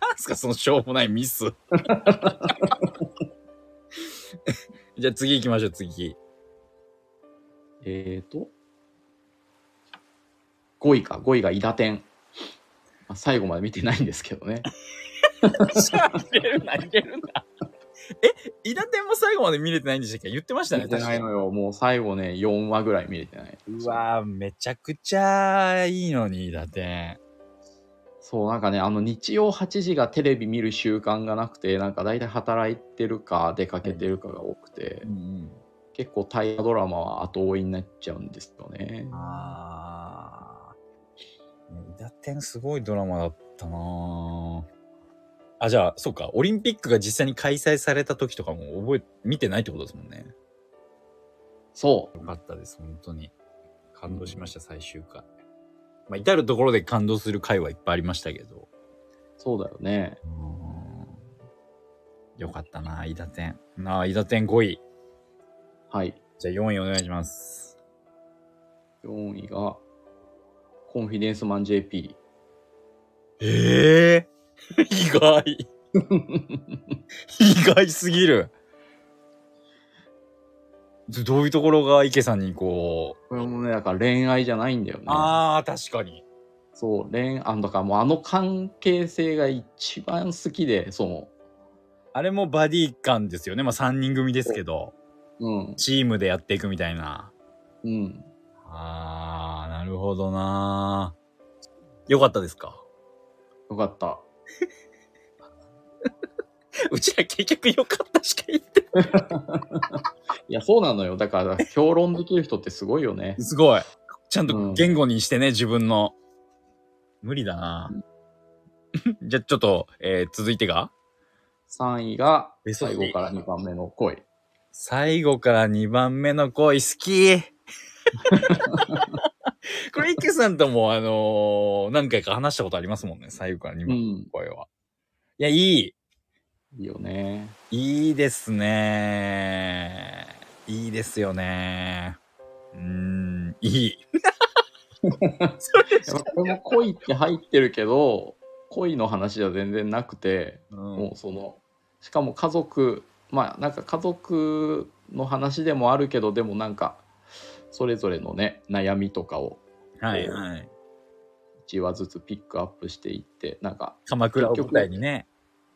なんすか、そのしょうもないミス。 じゃあ次行きましょう、 次。
えーと、5位か、5位が伊田天。まあ最後まで見てないんですけどね。
入れるな、入れるな。え、伊達も最後まで見れてないんでしたっけ言ってましたね、
見てないのよ。もう最後ね、4話ぐらい見れてない。
うわぁ、めちゃくちゃいいのに、だって。
そう、なんかね、あの日曜8時がテレビ見る習慣がなくて、なんか大体働いてるか出かけてるかが多くて、
うん
結構大河ドラマは後追いになっちゃうんですよね。
ああ。ね伊達天すごいドラマだったなぁあ、じゃあ、そうか。オリンピックが実際に開催された時とかも覚え、見てないってことですもんね。
そう、
よかったです、本当に。感動しました、最終回。まあ、至るところで感動する回はいっぱいありましたけど。
そうだよね。
よかったな、伊田天。なあ、伊田天5位。
はい。
じゃあ4位お願いします。
4位が、コンフィデンスマン JP。
ええ 意外。意外すぎる。どどういうところが池さんにこう。
これもね、だから恋愛じゃないんだよね。
ああ、確かに。
そう、恋愛、だからもうあの関係性が一番好きで、そ
あれもバディ感ですよね。まあ3人組ですけど、
う、うん、
チームでやっていくみたいな。
うん。
ああ、なるほどな。よかったですか
よかった。
うちら結局よかったしか言って
いや、そうなのよ。だから、評論できる人ってすごいよね。
すごい。ちゃん
う
と
ん
言語にしてね、自分の。無理だな。 じゃあちょっと、えー続いてが
3位が、
ベスト
最後から2番目の恋。
最後から2番目の恋好き。 これ、池さんとも、あのー何回か話したことありますもんね。最後から2
う
番目の
ん。
恋は。いや、いい。
いいよ ね。
いいですね。いいですよね。うーん、いい。それ
やっぱこれも恋って入ってるけど、恋の話じゃ全然なくて、もうその、しかも家族、まあなんか家族の話でもあるけど、でもなんか、それぞれのね、悩みとかを
はいはい。
1話ずつピックアップしていって、なんか、
鎌倉を舞台にね。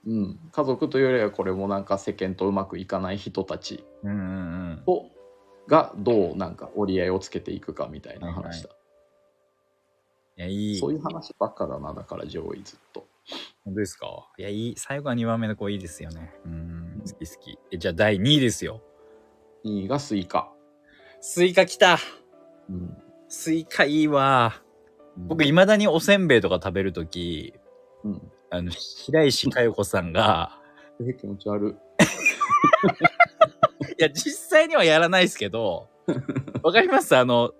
うん、家族というよりはこれもなんか世間とうまくいかない人たち
うんうんうん。
とがどうなんか折り合いをつけていくかみたいな話だ、
いや、いい。
そういう話ばっかだなだから上位ずっと
本当ですかいや、いい。最後は2番目の子いいですよね。うん。好き好き。えじゃあ第2位ですよ。
2位がスイカ、
スイカ来た
うん、
スイカいいわ。僕、いまだにおせんべいとか食べるとき、
うん
あの、白石佳代子さん が、
え気持ち悪い
いや、実際にはやらないですけ ど、わかりますあの、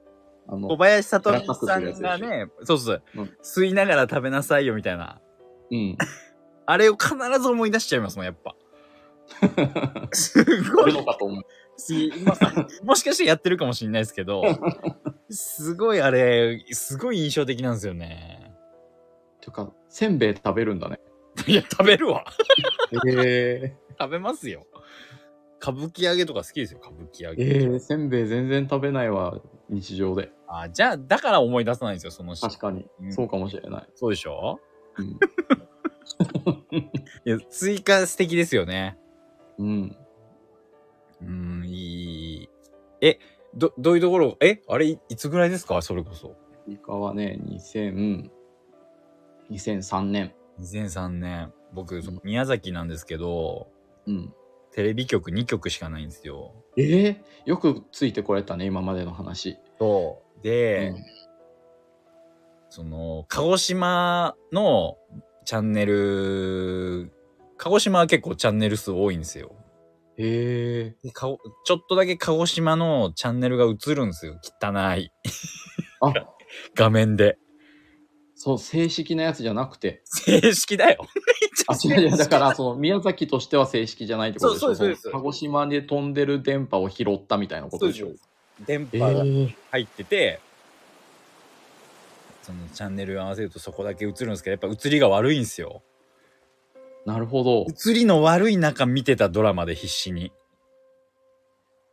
あ
小
の
林聡さん
や
が
らかくす
ね、そうそう
う
そう、吸いながら食べなさいよみたいな。
うん
あれを必ず思い出しちゃいますもん、やっ ぱ。すご
俺
い
のかと思う
しまあもしかしてやってるかもしれないですけど、すごいあれ、すごい印象的なんですよね。
ていうかせんべい食べるん だね
いや、食べるわ。
え
食べますよ。歌舞伎揚げとか好きですよ、歌舞伎揚
え
げ。
ー、せんべい全然食べないわ日常で
あじゃあ、だから思い出さないんですよ、そのシーン
確かに、
うん
そうかもしれない、
そうでしょ
うん
いや、追加素敵ですよね。
うん、
うん、いい。え、ど、どういうところ、え、あれ、いいつぐらいですかそれこそ。
スイカはね2000 2003年
2003年。僕、その宮崎なんですけど、
うん
テレビ局2局しかないんですよ。
ええよくついてこれたね今までの話、
そう。で、その、鹿児島のチャンネル、鹿児島は結構チャンネル数多いんですよ。
へえ
でかごちょっとだけ鹿児島のチャンネルが映るんですよ。汚い
あ
画面で。
そう正式なやつじゃなくて
正式だよ。
あ違う違うだからその宮崎としては正式じゃないってことでしょ
そうそうですそうです
の鹿児島で飛んでる電波を拾ったみたいなことでしょ
電波
え
が
ー、
入ってて、そのチャンネルを合わせるとそこだけ映るんですけど、やっぱ映りが悪いんですよ。
なる ほど
映りの悪い中見てたドラマで必死に。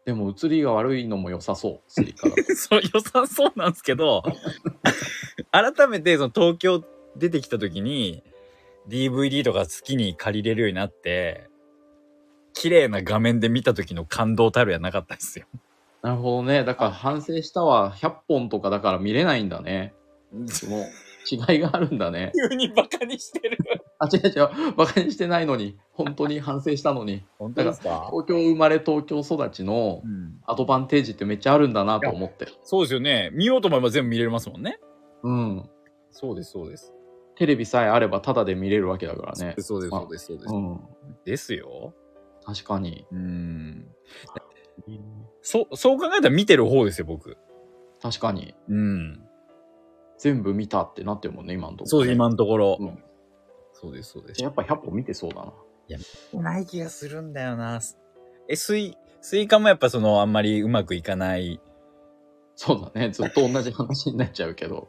でも映りが悪いのも良さそうスイ カだと
そう、良さそうなんですけ ど、改めてその東京出てきた時に、DVD とか好きに借りれるようになって、綺麗な画面で見た時の感動たるやなかったです よ。
なるほどねだから反省したわ100本とかだから見れないんだねその違いがあるんだね。
急にバカにしてる。
あ、違う違う。バカにしてないのに、本当に反省したのに。
本
当です
か
東京生まれ東京育ちの
うん、
アドバンテージってめっちゃあるんだなと思って。
そうですよね。見ようと思えば全部見れますもんね。
うん。
そうです、そうです。
テレビさえあればタダで見れるわけだからね。
そうです、
あ
そうです、そうです
う。ん。
ですよ。
確かに。
うん。そう、そう考えたら見てる方ですよ、僕。
確かに。
うん。
全部見たってなってるもんね、今のところ、
そうです、今
の
のところ。
うん
そうです、そうです
や。っぱ100本見てそうだな。
ない気がするんだよな。え、スイ、スイカもやっぱその、あんまりうまくいかない。
そうだね。ずっと同じ話になっちゃう けど。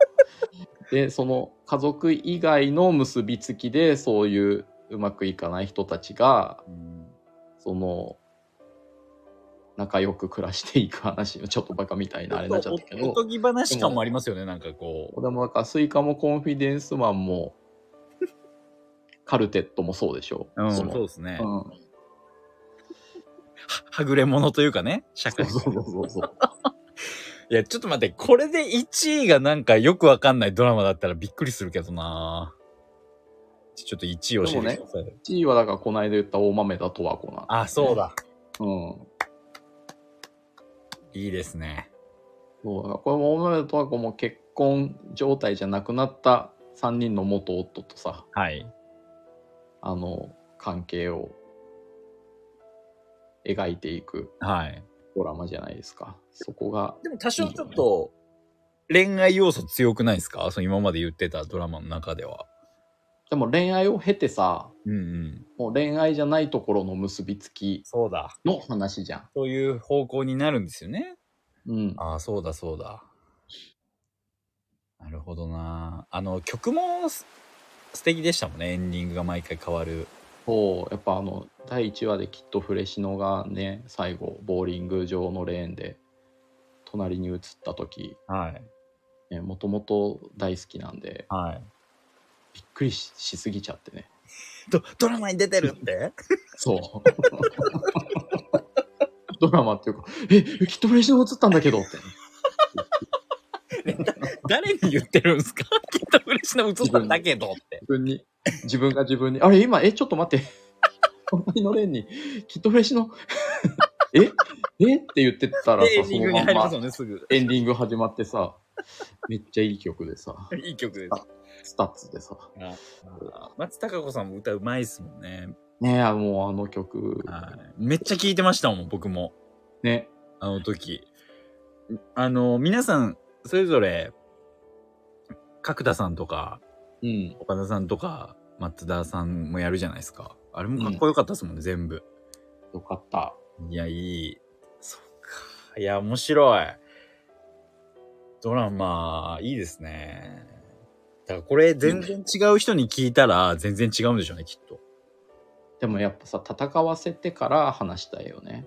で、その家族以外の結びつきで、そういううまくいかない人たちが、その、仲良く暮らしていく話、ちょっとバカみたいなあれになっちゃったけ
お
ど、
とぎ話感もありますよね、なんかこ
でもなんかスイカもコンフィデンスマ ンも、カルテットもそうでしょ。
う。うん、そ
そうの
ですね。
う
は
ん
はぐれ者というかね、社
そ
会。
うそうそうそう。
いや、ちょっと待って、これで1位がなんかよくわかんないドラマだったらびっくりするけどなちょっと1位教えてください。
1位はだからこの間言った大豆田十和子なんだ
あ、そうだ。
うん。
いいですね。
そうだこれも大豆田十和子も結婚状態じゃなくなった3人の元夫とさ
はい。
あの関係を描いていく
はい。
ドラマじゃないですかそこが
でも多少ちょっと恋愛要素強くないですかその今まで言ってたドラマの中では。
でも恋愛を経てさ
うんうん。
もう恋愛じゃないところの結びつき
そうだ。
の話じゃ
そういう方向になるんですよね。
んうん
ああ、そうだそうだ。なるほどなあの、曲もす素敵でしたもんね。エンディングが毎回変わる。
そうやっぱあの第1話できっとフレシノがね最後ボーリング場のレーンで隣に移った時
はい。
もともと大好きなんで
はい。
びっくりししすぎちゃってね
ドドラマに出てるって
そう。 ドラマっていうか、え、きっとフレッシュが映ったんだけどって。
誰に言ってるんですか きっと嬉しの映ったんだけどって。
自分に、自分が自分に、あれ今、え、ちょっと待って。隣のレーンに、きっとフレッシュの、ええって言ってたらさ
で、エ、ンデ
そ
ィング
の
に
まん
入ります
ま
よね、すぐ。
エンディング始まってさ、めっちゃいい曲でさ、
いい曲です。
スタッツでさ。
松たか子さんも歌うまいっすもんね。
ねえ、もうあの曲、
めっちゃ聴いてましたもん、僕も。
ね。
あの時。あの、皆さん、それぞれ、角田さんとか、
うん。
岡田さんとか、松田さんもやるじゃないですか。あれもかっこよかったですもんね、全部。
よかった。
いや、いい。そっか。いや、面白い。ドラマ、いいですね。だからこれ、全然違う人に聞いたら、全然違うんでしょうね、きっと。
でもやっぱさ、戦わせてから話したいよね。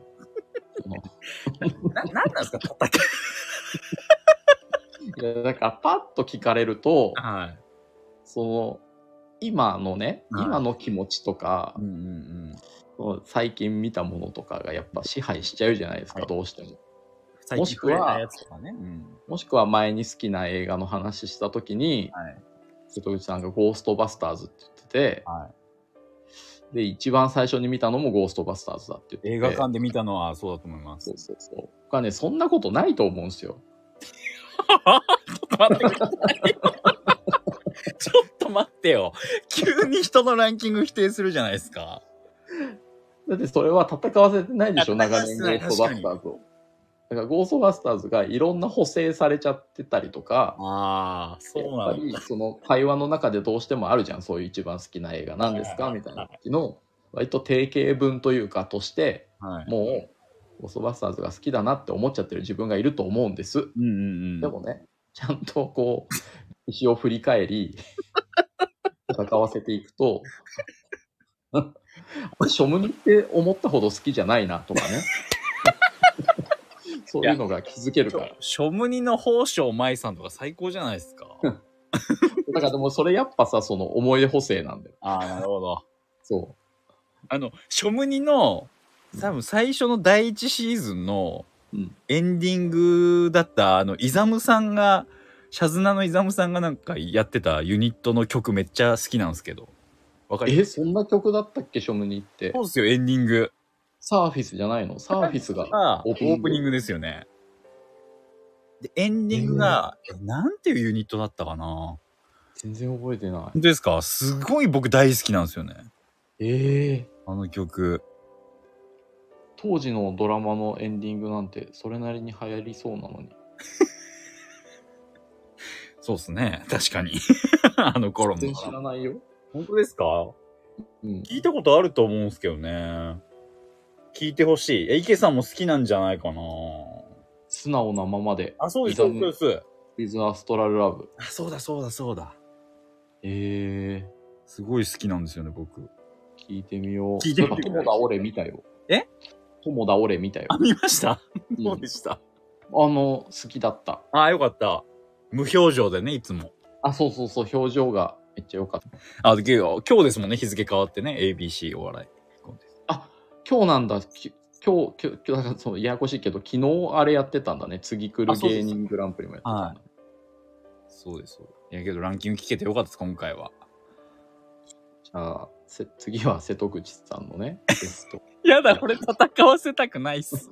その
な、なんなんですか、戦い。
いやだからパッと聞かれると
はい。
その今のね
はい
今の気持ちとか、
うんうんうん。
その最近見たものとかがやっぱ支配しちゃうじゃないですか、
はい
どうしても
最
も
近
し
く
く
れ
は
たやつとかね。うん。
もしくは前に好きな映画の話した時に
はい。
瀬戸口さんが「ゴーストバスターズ」って言ってて、
は
で一番最初に見たのも「ゴーストバスターズ」だって言ってて
映画館で見たのはそうだと思います。
そうそうそう僕はねそんなことないと思うんですよ
ちょっと待ってくださいよ。ちょっと待ってよ。急に人のランキング否定するじゃないですか。
だってそれは戦わせてないでしょ
戦わ
長
せて
年
な
ゴ
い
ーストバスターズをだからゴーストバスターズがいろんな補正されちゃってたりとか、
ああ、そう
や
な
っぱ
ん
り
だ。
その会話の中でどうしてもあるじゃんそういう一番好きな映画何です
は
か
い
みたいな時の割と定型文というかとして
はい。
もうゴーストバスターズが好きだなって思っちゃってる自分がいると思うんです
うんうんうん。
でもねちゃんとこう石を振り返 り戦わせていくと ショムニって思ったほど好きじゃないなとか ねそういうのが気づけるから
ショムニの宝生舞さんとか最高じゃないですか。
だからでもそれやっぱさその思い出補正なんだよ
ああ、なるほど。
そう
あの、ショムニの、多分最初の第一シーズンの
うん
エンディングだった、あの、イザムさんが、シャズナのイザムさんがなんかやってたユニットの曲めっちゃ好きなんですけど。わかりま
え、そんな曲だったっけ、ショムニって
そ。うですよ、エンディング。
サーフィスじゃないのサーフィスが。
がオ
オープニング
ープニングですよね。で、エンディングが、えなんていうユニットだったかな
全然覚えてない。
本当ですかすごい僕大好きなんですよね。
ええ
あの曲。
当時のドラマのエンディングなんて、それなりに流行りそうなのに。
そうっすね。確かに。 あの頃
全
も
然。知らないよ。
本当ですか
うん。
聞いたことあると思うんですけどね。聞いてほしい。え、池さんも好きなんじゃないかな
素直なままで。
あ、そうです、
い
そ
いうかも
ですそうです。
With Astral Love。
あ、そうだ、そうだ、そうだ。
ええ
すごい好きなんですよね、僕。
聞いてみよう。
聞いてみてください
友だ俺見たよ。
え
友だ俺見たよ。
あ、見ました
うん
どうでした
あの、好きだった。
あ、よかった。無表情でね、いつも。
あ、そうそうそう、表情がめっちゃ良かった。
あ、でけど今日ですもんね、日付変わってね、ABC お笑いコンテスト。
今日なんだ、き今日、今日、今日なんかそのややこしいけど、昨日あれやってたんだね。次来
あ
る
そうです
芸人グランプリもやってたんだ。
そうです、そうです。いやけどランキング聞けてよかったです、今回は。
じゃあ、せ次は瀬戸口さんの ね、ゲスト。
やだ、俺戦わせたくないっ す。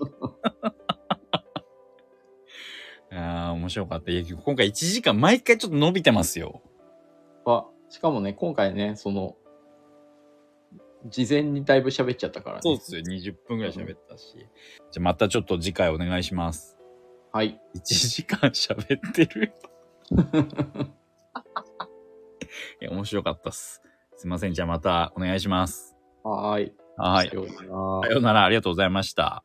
ああ、面白かった。いや、今回1時間、毎回ちょっと伸びてますよ。
は、しかもね、今回ね、その、事前にだいぶ喋っちゃったからね。
そうっすよ、20分ぐらい喋ったし。じゃあまたちょっと次回お願いします。
はい。
1時間喋って る。いや、面白かったっす。すいません、じゃあまたお願いします。
はーい。
はい
さ。ようなら
さようなら、ありがとうございました。